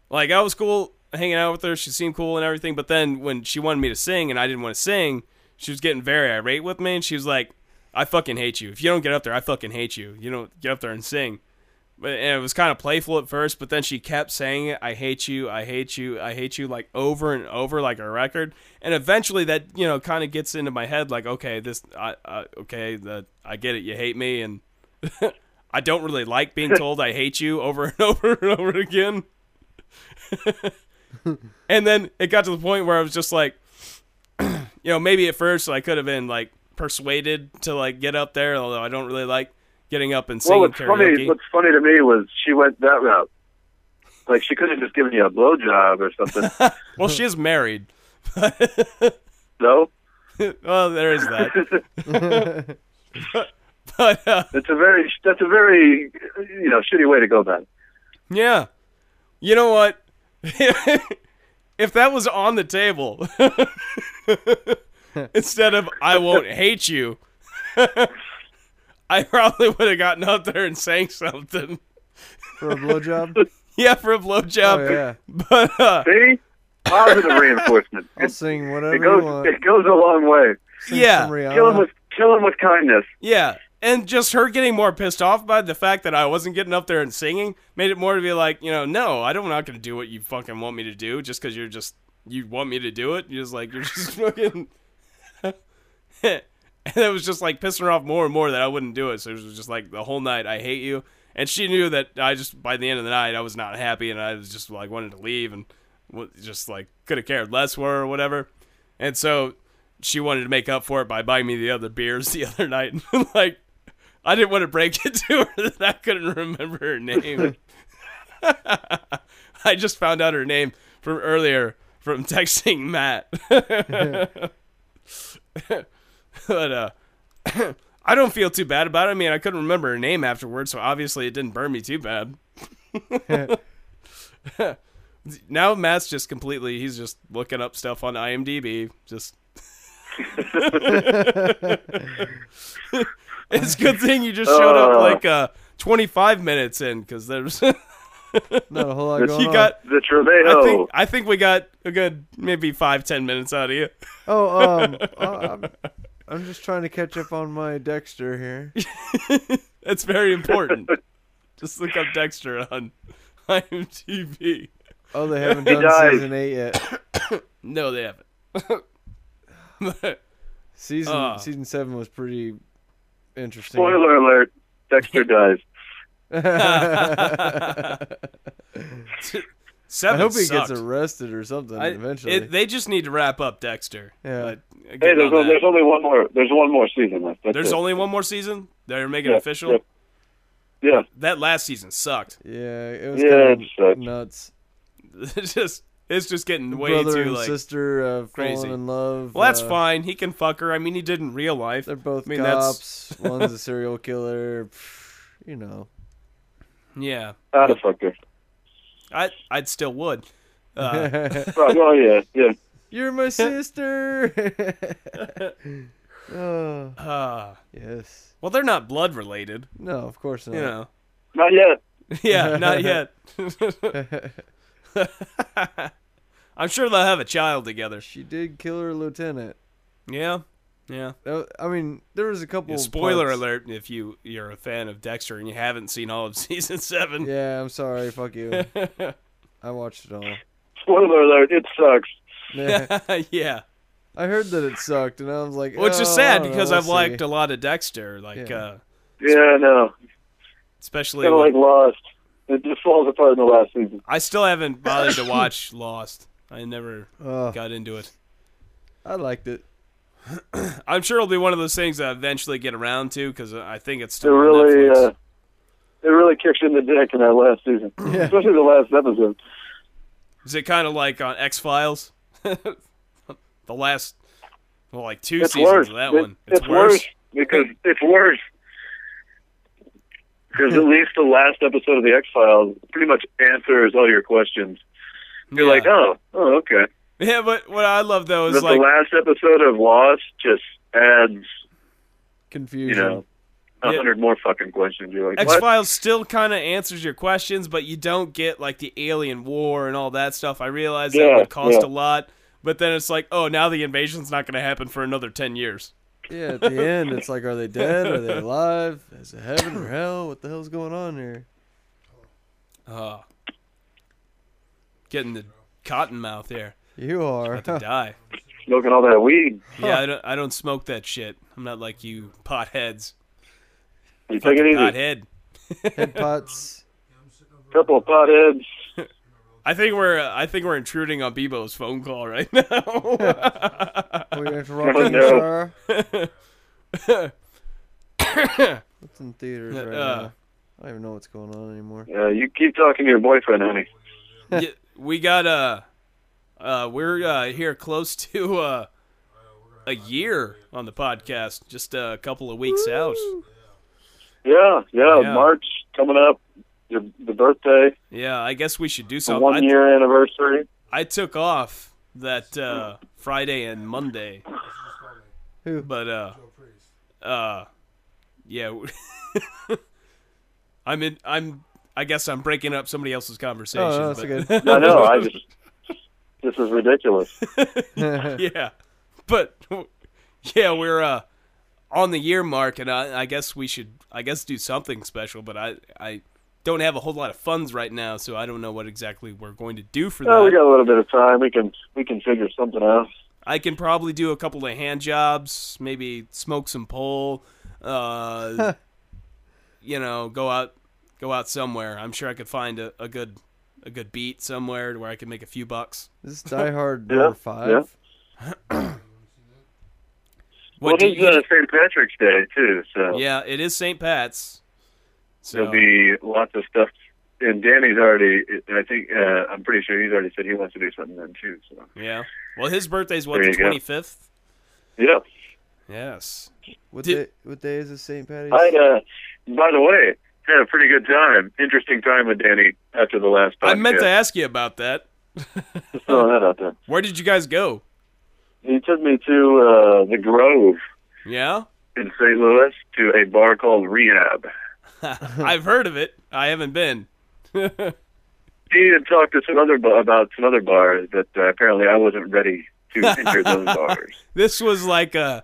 like I was cool hanging out with her, she seemed cool and everything. But then when she wanted me to sing and I didn't want to sing, she was getting very irate with me, and she was like, "I fucking hate you. If you don't get up there, I fucking hate you. You don't get up there and sing." But and it was kind of playful at first, but then she kept saying it, I hate you, I hate you, I hate you, like over and over, like a record. And eventually that, you know, kind of gets into my head, like, okay, this, I, I okay, that, I get it, you hate me, and I don't really like being told I hate you over and over and over again. and then it got to the point where I was just like, you know, maybe at first I could have been like persuaded to like get up there, although I don't really like getting up and
Well,
singing
what's
karaoke.
funny, what's funny to me was she went that route. Like she could have just given you a blowjob or something.
Well, she is married.
no,
well, there is that. but uh,
it's a very that's a very you know shitty way to go about it.
yeah, you know what? if that was on the table, instead of "I won't hate you," I probably would have gotten up there and sang something.
For a blowjob?
Yeah, for a blowjob.
Oh, yeah.
But uh,
See, positive reinforcement.
I'll
It,
sing
it
whatever you
goes
want.
it goes a long way.
Sing some
yeah,
Rihanna.
Kill him with kill him with kindness.
yeah. And just her getting more pissed off by the fact that I wasn't getting up there and singing made it more to be like, you know, no, I don't, I'm not going to do what you fucking want me to do just because you're just, you want me to do it. You're just like, you're just fucking. and it was just like pissing her off more and more that I wouldn't do it. So it was just like the whole night, I hate you. And she knew that I just, by the end of the night, I was not happy and I was just like wanted to leave and wa- just like could have cared less for her or whatever. And so she wanted to make up for it by buying me the other beers the other night. And like, I didn't want to break it to her that I couldn't remember her name. I just found out her name from earlier from texting Matt. but uh, I don't feel too bad about it. I mean, I couldn't remember her name afterwards, so obviously it didn't burn me too bad. now Matt's just completely, he's just looking up stuff on IMDb. Just. it's a good thing you just showed up
Uh.
like uh, 25 minutes in because there's.
Not a whole lot
You
going
You
on.
got.
The
I
Trevejo.
think I think we got a good maybe five ten minutes out of you.
Oh, um, I- I'm, I'm just trying to catch up on my Dexter here.
That's very important. Just look up Dexter on IMDb.
Oh, they haven't
He
done
died.
season eight yet.
no, they haven't.
Season
Uh.
season seven was pretty interesting.
Spoiler alert: Dexter dies.
I
Seven
hope he
sucked.
gets arrested or something
I-
eventually.
it- they just need to wrap up Dexter.
Yeah.
Like, good
Hey, there's,
on
o-
that.
there's only one more. There's one more season left. That's
There's
it.
only one more season. They're making it
Yeah,
official.
yeah. Yeah,
That last season sucked.
yeah, it was
Yeah,
kind
it
of
sucked.
nuts.
It's just it's just getting way
Brother
too
and
like.
sister uh,
crazy.
falling in love.
Well, that's
uh,
fine. He can fuck her. I mean, he did in real life.
They're both
I mean, that's
cops. One's a serial killer. Pff, You know.
yeah.
out of fucker.
I I'd still would. Uh,
Right, oh yeah, yeah.
You're my sister. oh,
uh,
yes.
well, they're not blood related.
No, of course not.
You know.
Not yet.
Yeah, not yet. I'm sure they'll have a child together.
She did kill her lieutenant.
Yeah. Yeah.
That wa- I mean, there was a couple.
Yeah, spoiler
parts-
alert if you you're a fan of Dexter and you haven't seen all of season 7.
Yeah, I'm sorry. Fuck you. I watched it all.
Spoiler alert: it sucks.
Yeah,
yeah.
I heard that it sucked, and I was like,
Which is
oh, I
sad
don't know,
because
we'll
I've liked
see."
a lot of Dexter like
Yeah.
uh
Yeah, no,
especially
kind of
when-
like Lost. It just falls apart in the last season.
I still haven't bothered to watch Lost. I never
Ugh,
got into it.
Oh, I liked it.
I'm sure it'll be one of those things I eventually get around to because I think it's
It
still on
really,
Netflix.
uh, it really kicks you in the dick in that last season, especially the last episode.
Is it kind of like on X Files? the last, well, like two
It's
seasons
worse.
of that
It-
one.
It's, worse. because it's worse. Because at least the last episode of the X Files pretty much answers all your questions. You're
Yeah.
like, oh, oh, okay.
yeah, but what I love though is
But
like,
the last episode of Lost just adds, you
Confusion.
know, a
Mm-hmm. Yeah.
hundred more fucking questions. You're like,
X
what?
Files still kind of answers your questions, but you don't get like the alien war and all that stuff. I realize that
Yeah,
would cost
yeah.
a lot, but then it's like, oh, now the invasion's not going to happen for another ten years.
Yeah, at the end, it's like, are they dead? Are they alive? Is it heaven or hell? What the hell's going on here?
Uh, getting the cotton mouth here
You are.
to die.
Smoking all that weed.
Yeah, I don't, I don't smoke that shit. I'm not like you potheads.
You take it easy.
Pothead.
Head pots.
Couple of potheads.
I think we're uh, I think we're intruding on Bebo's phone call right now.
We're interrupting,
Oh, no.
sir. What's in theaters
Uh,
right now? I don't even know what's going on anymore.
Uh, you keep talking to your boyfriend, honey.
Yeah, we got uh, uh we're uh here close to uh a year on the podcast, just a couple of weeks out.
Yeah, yeah,
Yeah.
March coming up. Your, the birthday,
Yeah, I guess we should do
the
something.
one
I,
year anniversary.
I took off that uh Friday and Monday,
Who?
but uh uh yeah, I'm in I'm I guess I'm breaking up somebody else's conversation.
Oh, no, that's
but-
good.
I know. I just this is ridiculous.
yeah but yeah we're uh on the year mark and I, I guess we should i guess do something special but i i don't have a whole lot of funds right now so i don't know what exactly we're going to do for
Oh, we
that
got a little bit of time. We can we can figure something out.
i can probably do a couple of hand jobs maybe smoke some pole uh you know go out go out somewhere i'm sure i could find a, a good a good beat somewhere to where i can make a few bucks
This is Die Hard
Yeah,
number
yeah.
five.
Well,
do
this is uh, St. Patrick's Day too, so
yeah it is st pat's so
there'll be lots of stuff. And Danny's already. I think uh, I'm pretty sure he's already said he wants to do something then too. So
Yeah. Well, his birthday's what
There
the
you go.
twenty fifth.
yeah,
Yes.
What
Did-
day? What day is it? St. Patty's.
I. Uh, by the way, had a pretty good time. Interesting time with Danny after the last. Podcast.
I meant to ask you about that.
Just throwing that out there.
Where did you guys go?
He took me to uh, the Grove
Yeah,
in St. Louis to a bar called Rehab.
I've heard of it. I haven't been.
he had talked to some other bu- about some other bars, but uh, apparently I wasn't ready to enter those bars.
This was like a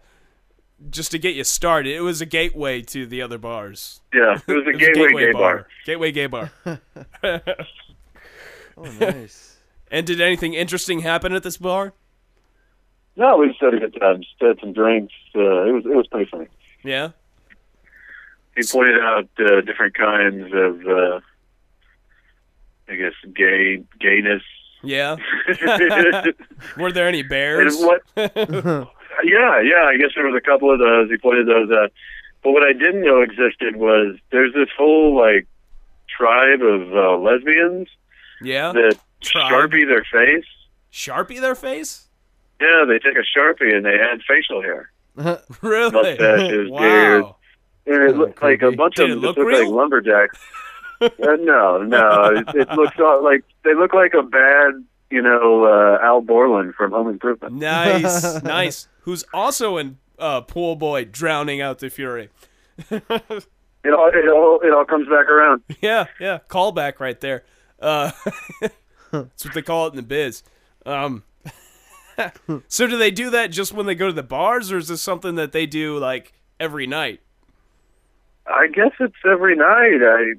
just to get you started. It was a gateway to the other bars.
Yeah, it was a
It was
gateway gay bar.
Gateway gay bar.
Oh, nice.
And did anything interesting happen at this bar?
No, we just had a good time. Just had some drinks. Uh, it was it was pretty funny.
Yeah.
He pointed out uh, different kinds of, uh, I guess, gay gayness.
Yeah.
and
Were there any bears?
what? yeah, yeah. I guess there was a couple of those. He pointed those out. But what I didn't know existed was there's this whole like tribe of uh, lesbians
Yeah.
that
Tribe.
sharpie their face.
Sharpie their face?
Yeah, they take a sharpie and they add facial hair.
Really?
Mustaches, beard.
wow.
And it looked like a
creepy.
bunch
Did
of
it
them
look
just look like
real?
lumberjacks. uh, no, no, it, it looks all, like they look like a bad, you know, uh, Al Borland from Home Improvement.
Nice. nice. Who's also in uh, Pool Boy Drowning Out the Fury.
It all, it all, it all comes back around.
Yeah, yeah. Callback right there. Uh, that's what they call it in the biz. Um, so do they do that just when they go to the bars, or is this something that they do like every night?
I guess it's every night. I,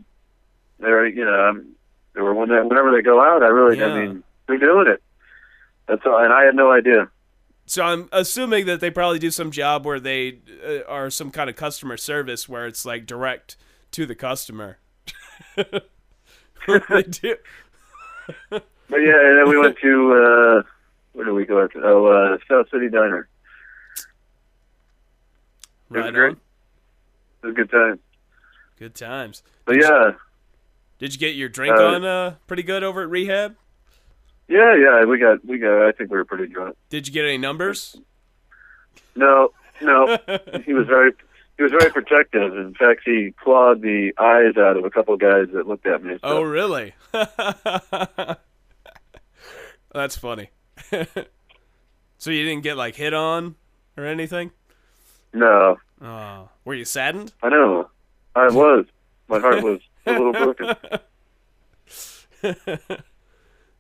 there, you know, um, there were when they, whenever they go out. I really,
Yeah.
I mean, they're doing it. That's all, and I had no idea.
So I'm assuming that they probably do some job where they uh, are some kind of customer service where it's like direct to the customer. What do they do?
But yeah, and then we went to uh, where did we go? After? Oh, uh, South City Diner. It was
Right
great.
on.
It was a good time.
Good times.
But yeah,
Did you get your drink
Uh,
on uh, pretty good over at rehab?
yeah, yeah. We got, we got. I think we were pretty drunk.
Did you get any numbers?
No, no. he was very he was very protective. In fact, he clawed the eyes out of a couple of guys that looked at me.
Oh,
So,
really? That's funny. so you didn't get like hit on or anything?
no,
Oh, were you saddened?
I know. I was. My heart was a little broken.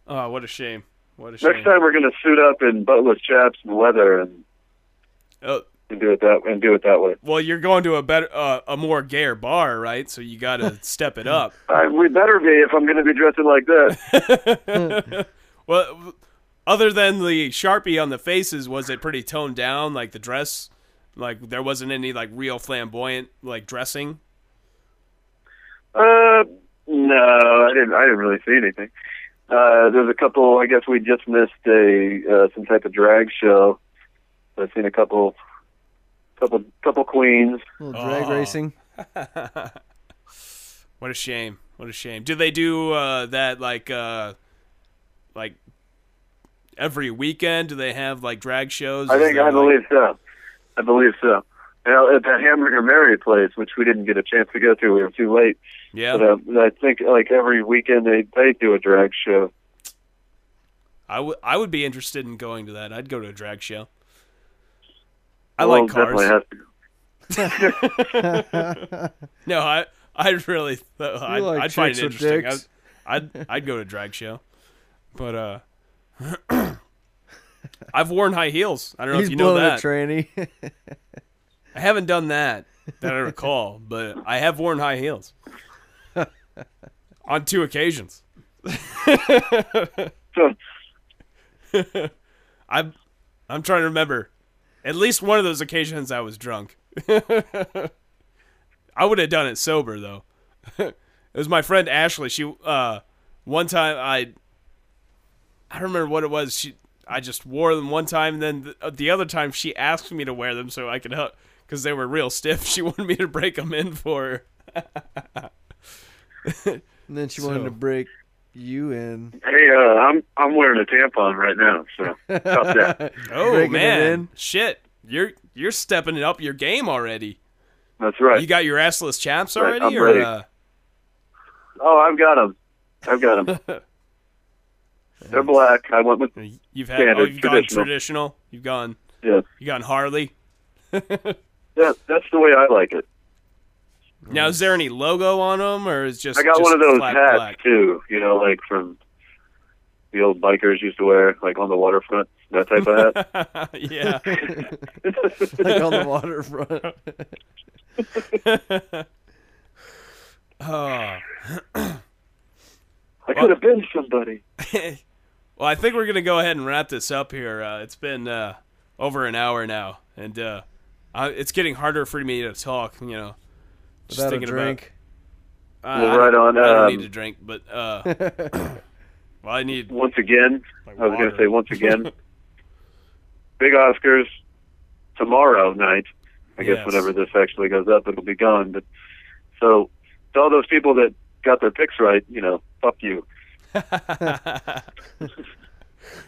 Oh, what a shame. What a shame.
Next time we're gonna suit up in buttless chaps and leather and,
Oh,
and do it that and do it that way.
well, you're going to a better, uh, a more gayer bar, right? So you got to step it up.
I, we better be if I'm gonna be dressing like that.
Well, other than the sharpie on the faces, was it pretty toned down? Like the dress, like there wasn't any like real flamboyant like dressing.
Uh, no, I didn't. I didn't really see anything. Uh, there's a couple. I guess we just missed a uh, some type of drag show. I've seen a couple, couple, couple queens.
little drag
Oh.
racing.
What a shame! What a shame. Do they do uh, that like uh, like every weekend? Do they have like drag shows?
I
Is
think.
there,
I
like-
believe so. I believe so. Now at that Hamburger Mary place, which we didn't get a chance to go to, we were too late. But
Yeah,
uh, I think like every weekend they they do a drag show.
I would. I would be interested in going to that. I'd go to a drag show. I
Well,
like cars.
Definitely has to.
No, I I really I'd,
like
I'd find it
chicks with
interesting. I,
dicks.
I'd I'd go to a drag show, but uh, I've worn high heels. I don't know
He's
if you know
blowing
that.
a tranny.
I haven't done that that I recall, but I have worn high heels on two occasions.
So
I'm I'm trying to remember. At least one of those occasions I was drunk. I would have done it sober though. it was my friend Ashley. She uh one time I I don't remember what it was. She I just wore them one time and then the, the other time she asked me to wear them so I could help cuz they were real stiff. She wanted me to break them in for her.
and then she wanted
So-
to break you in.
hey, uh, I'm I'm wearing a tampon right now. So stop that.
Oh
Breaking it
man.
in?
Shit. You're you're stepping up your game already.
That's right.
You got your assless chaps
Right,
already
I'm
or
ready.
uh
Oh, I've got them. I've got them. They're black. I went with
You've had
Standard,
oh, you've gone
traditional.
traditional. You've gone
yeah.
you gone Harley.
That, that's the way I like it.
Now is there any logo on them or is just
I got
just
one of those
flat
hats
black?
too. You know, like from the old bikers used to wear, like on the waterfront. That type of hat.
yeah.
like on the waterfront.
Oh. Oh.
I could have been somebody.
Well, I think we're gonna go ahead and wrap this up here. Uh, it's been uh, over an hour now, and uh, I, it's getting harder for me to talk. You know, just
Without a
thinking
drink.
about. I-
Well,
I
right
don't-
on,
I don't
um,
need to drink, but uh, well, I need.
Once again,
Like
I was going
water.
to say once again. big Oscars tomorrow night. I guess
Yes.
whenever this actually goes up, it'll be gone. But so to all those people that got their picks right, you know, fuck you.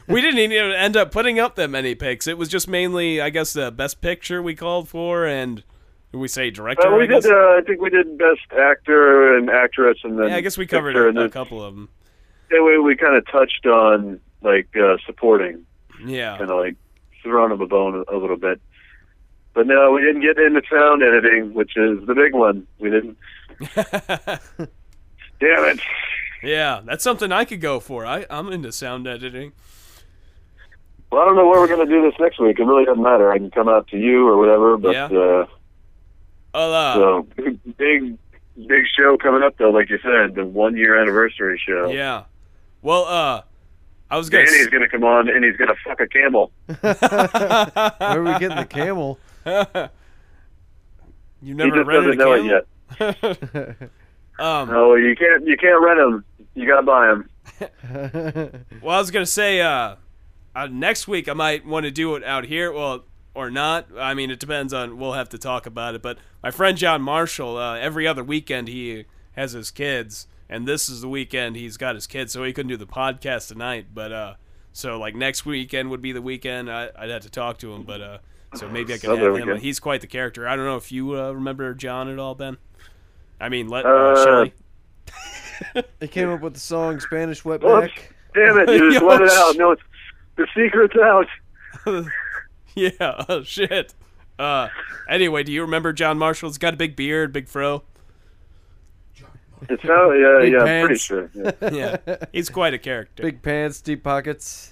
we didn't even end up putting up that many picks. It was just mainly, I guess, the best picture we called for, and we say director.
Uh, we
I guess?
did. Uh, I think we did best actor and actress, and then
yeah, I guess we covered
picture,
a,
and then
a couple of them.
That way, we kind of touched on like uh, supporting,
Yeah,
kind of like throwing them a bone a, a little bit. But no, we didn't get into sound editing, which is the big one. We didn't. Damn it!
yeah, that's something I could go for. I I'm into sound editing.
Well, I don't know where we're going to do this next week. It really doesn't matter. I can come out to you or whatever. But
Yeah.
uh,
Oh, uh,
so big, big show coming up though. Like you said, the one year anniversary show.
yeah. Well, uh, I was gonna.
Danny's going to come on and he's going to fuck a camel.
Where are we getting the camel?
you
He
never
just
rented
doesn't
a
know it
camel?
yet.
Um,
No, you can't. You can't rent him. You got to buy him.
Well, I was gonna say, uh, uh, next week I might want to do it out here. Well, or not. I mean, it depends on. We'll have to talk about it. But my friend John Marshall, uh, every other weekend he has his kids, and this is the weekend he's got his kids, so he couldn't do the podcast tonight. But uh, so like next weekend would be the weekend I, I'd have to talk to him. But uh, so maybe I can
Oh,
have
there we
him.
go.
He's quite the character. I don't know if you uh, remember John at all, Ben. I mean, let uh,
Uh,
Shelley.
They came up with the song Spanish Wetback.
Whoops. Damn it! You just
Yo,
let it
sh-
out. No, it's the secret's out.
Yeah, oh, shit. Uh, anyway, do you remember John Marshall? He's got a big beard, big fro.
It's out. Yeah,
Big
yeah. I'm pretty
pants.
sure. Yeah.
Yeah, he's quite a character.
Big pants, deep pockets.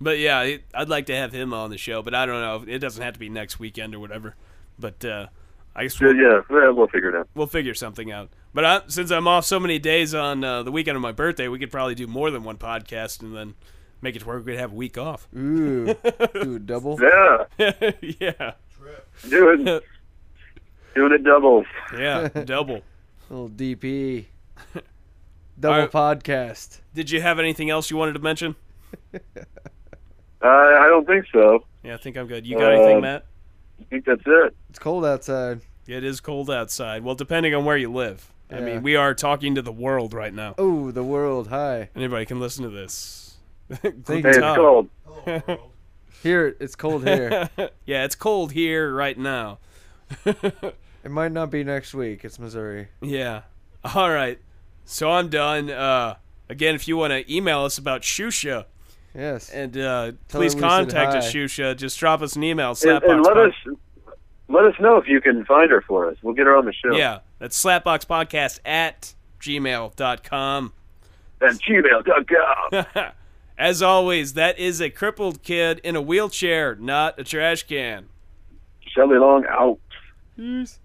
but yeah, it- I'd like to have him on the show, but I don't know. It doesn't have to be next weekend or whatever. But uh, I guess
yeah,
we'll,
yeah. Well, We'll figure it out.
we'll figure something out. But I, since I'm off so many days on uh, the weekend of my birthday, we could probably do more than one podcast and then make it to where we could have a week off.
Ooh, ooh, double.
Yeah,
yeah,
doing doing it double.
yeah, double.
Little DP. Double
Alright.
podcast.
Did you have anything else you wanted to mention?
Uh, I don't think so.
Yeah, I think I'm good. You got anything,
Um,
Matt?
I think that's it.
It's cold outside.
It is cold outside. Well, depending on where you live. I
Yeah.
mean, we are talking to the world right now.
Oh, the world. Hi.
Anybody can listen to this.
Thank
Hey,
you.
it's
Tom.
cold.
Hello, world.
Here, it's cold here.
yeah, it's cold here right now.
it might not be next week. It's Missouri.
Yeah. All right. So I'm done. Uh, again, if you want to email us about Shusha,
Yes.
and uh,
Tell
please
them we said
contact us,
hi.
Shusha. Just drop us an email.
And,
Slapbox
and let us let us know if you can find her for us. We'll get her on the show.
Yeah, that's slapboxpodcast at gmail.com.
At gmail.com.
As always, that is a crippled kid in a wheelchair, not a trash can.
Shelley Long out.
Peace.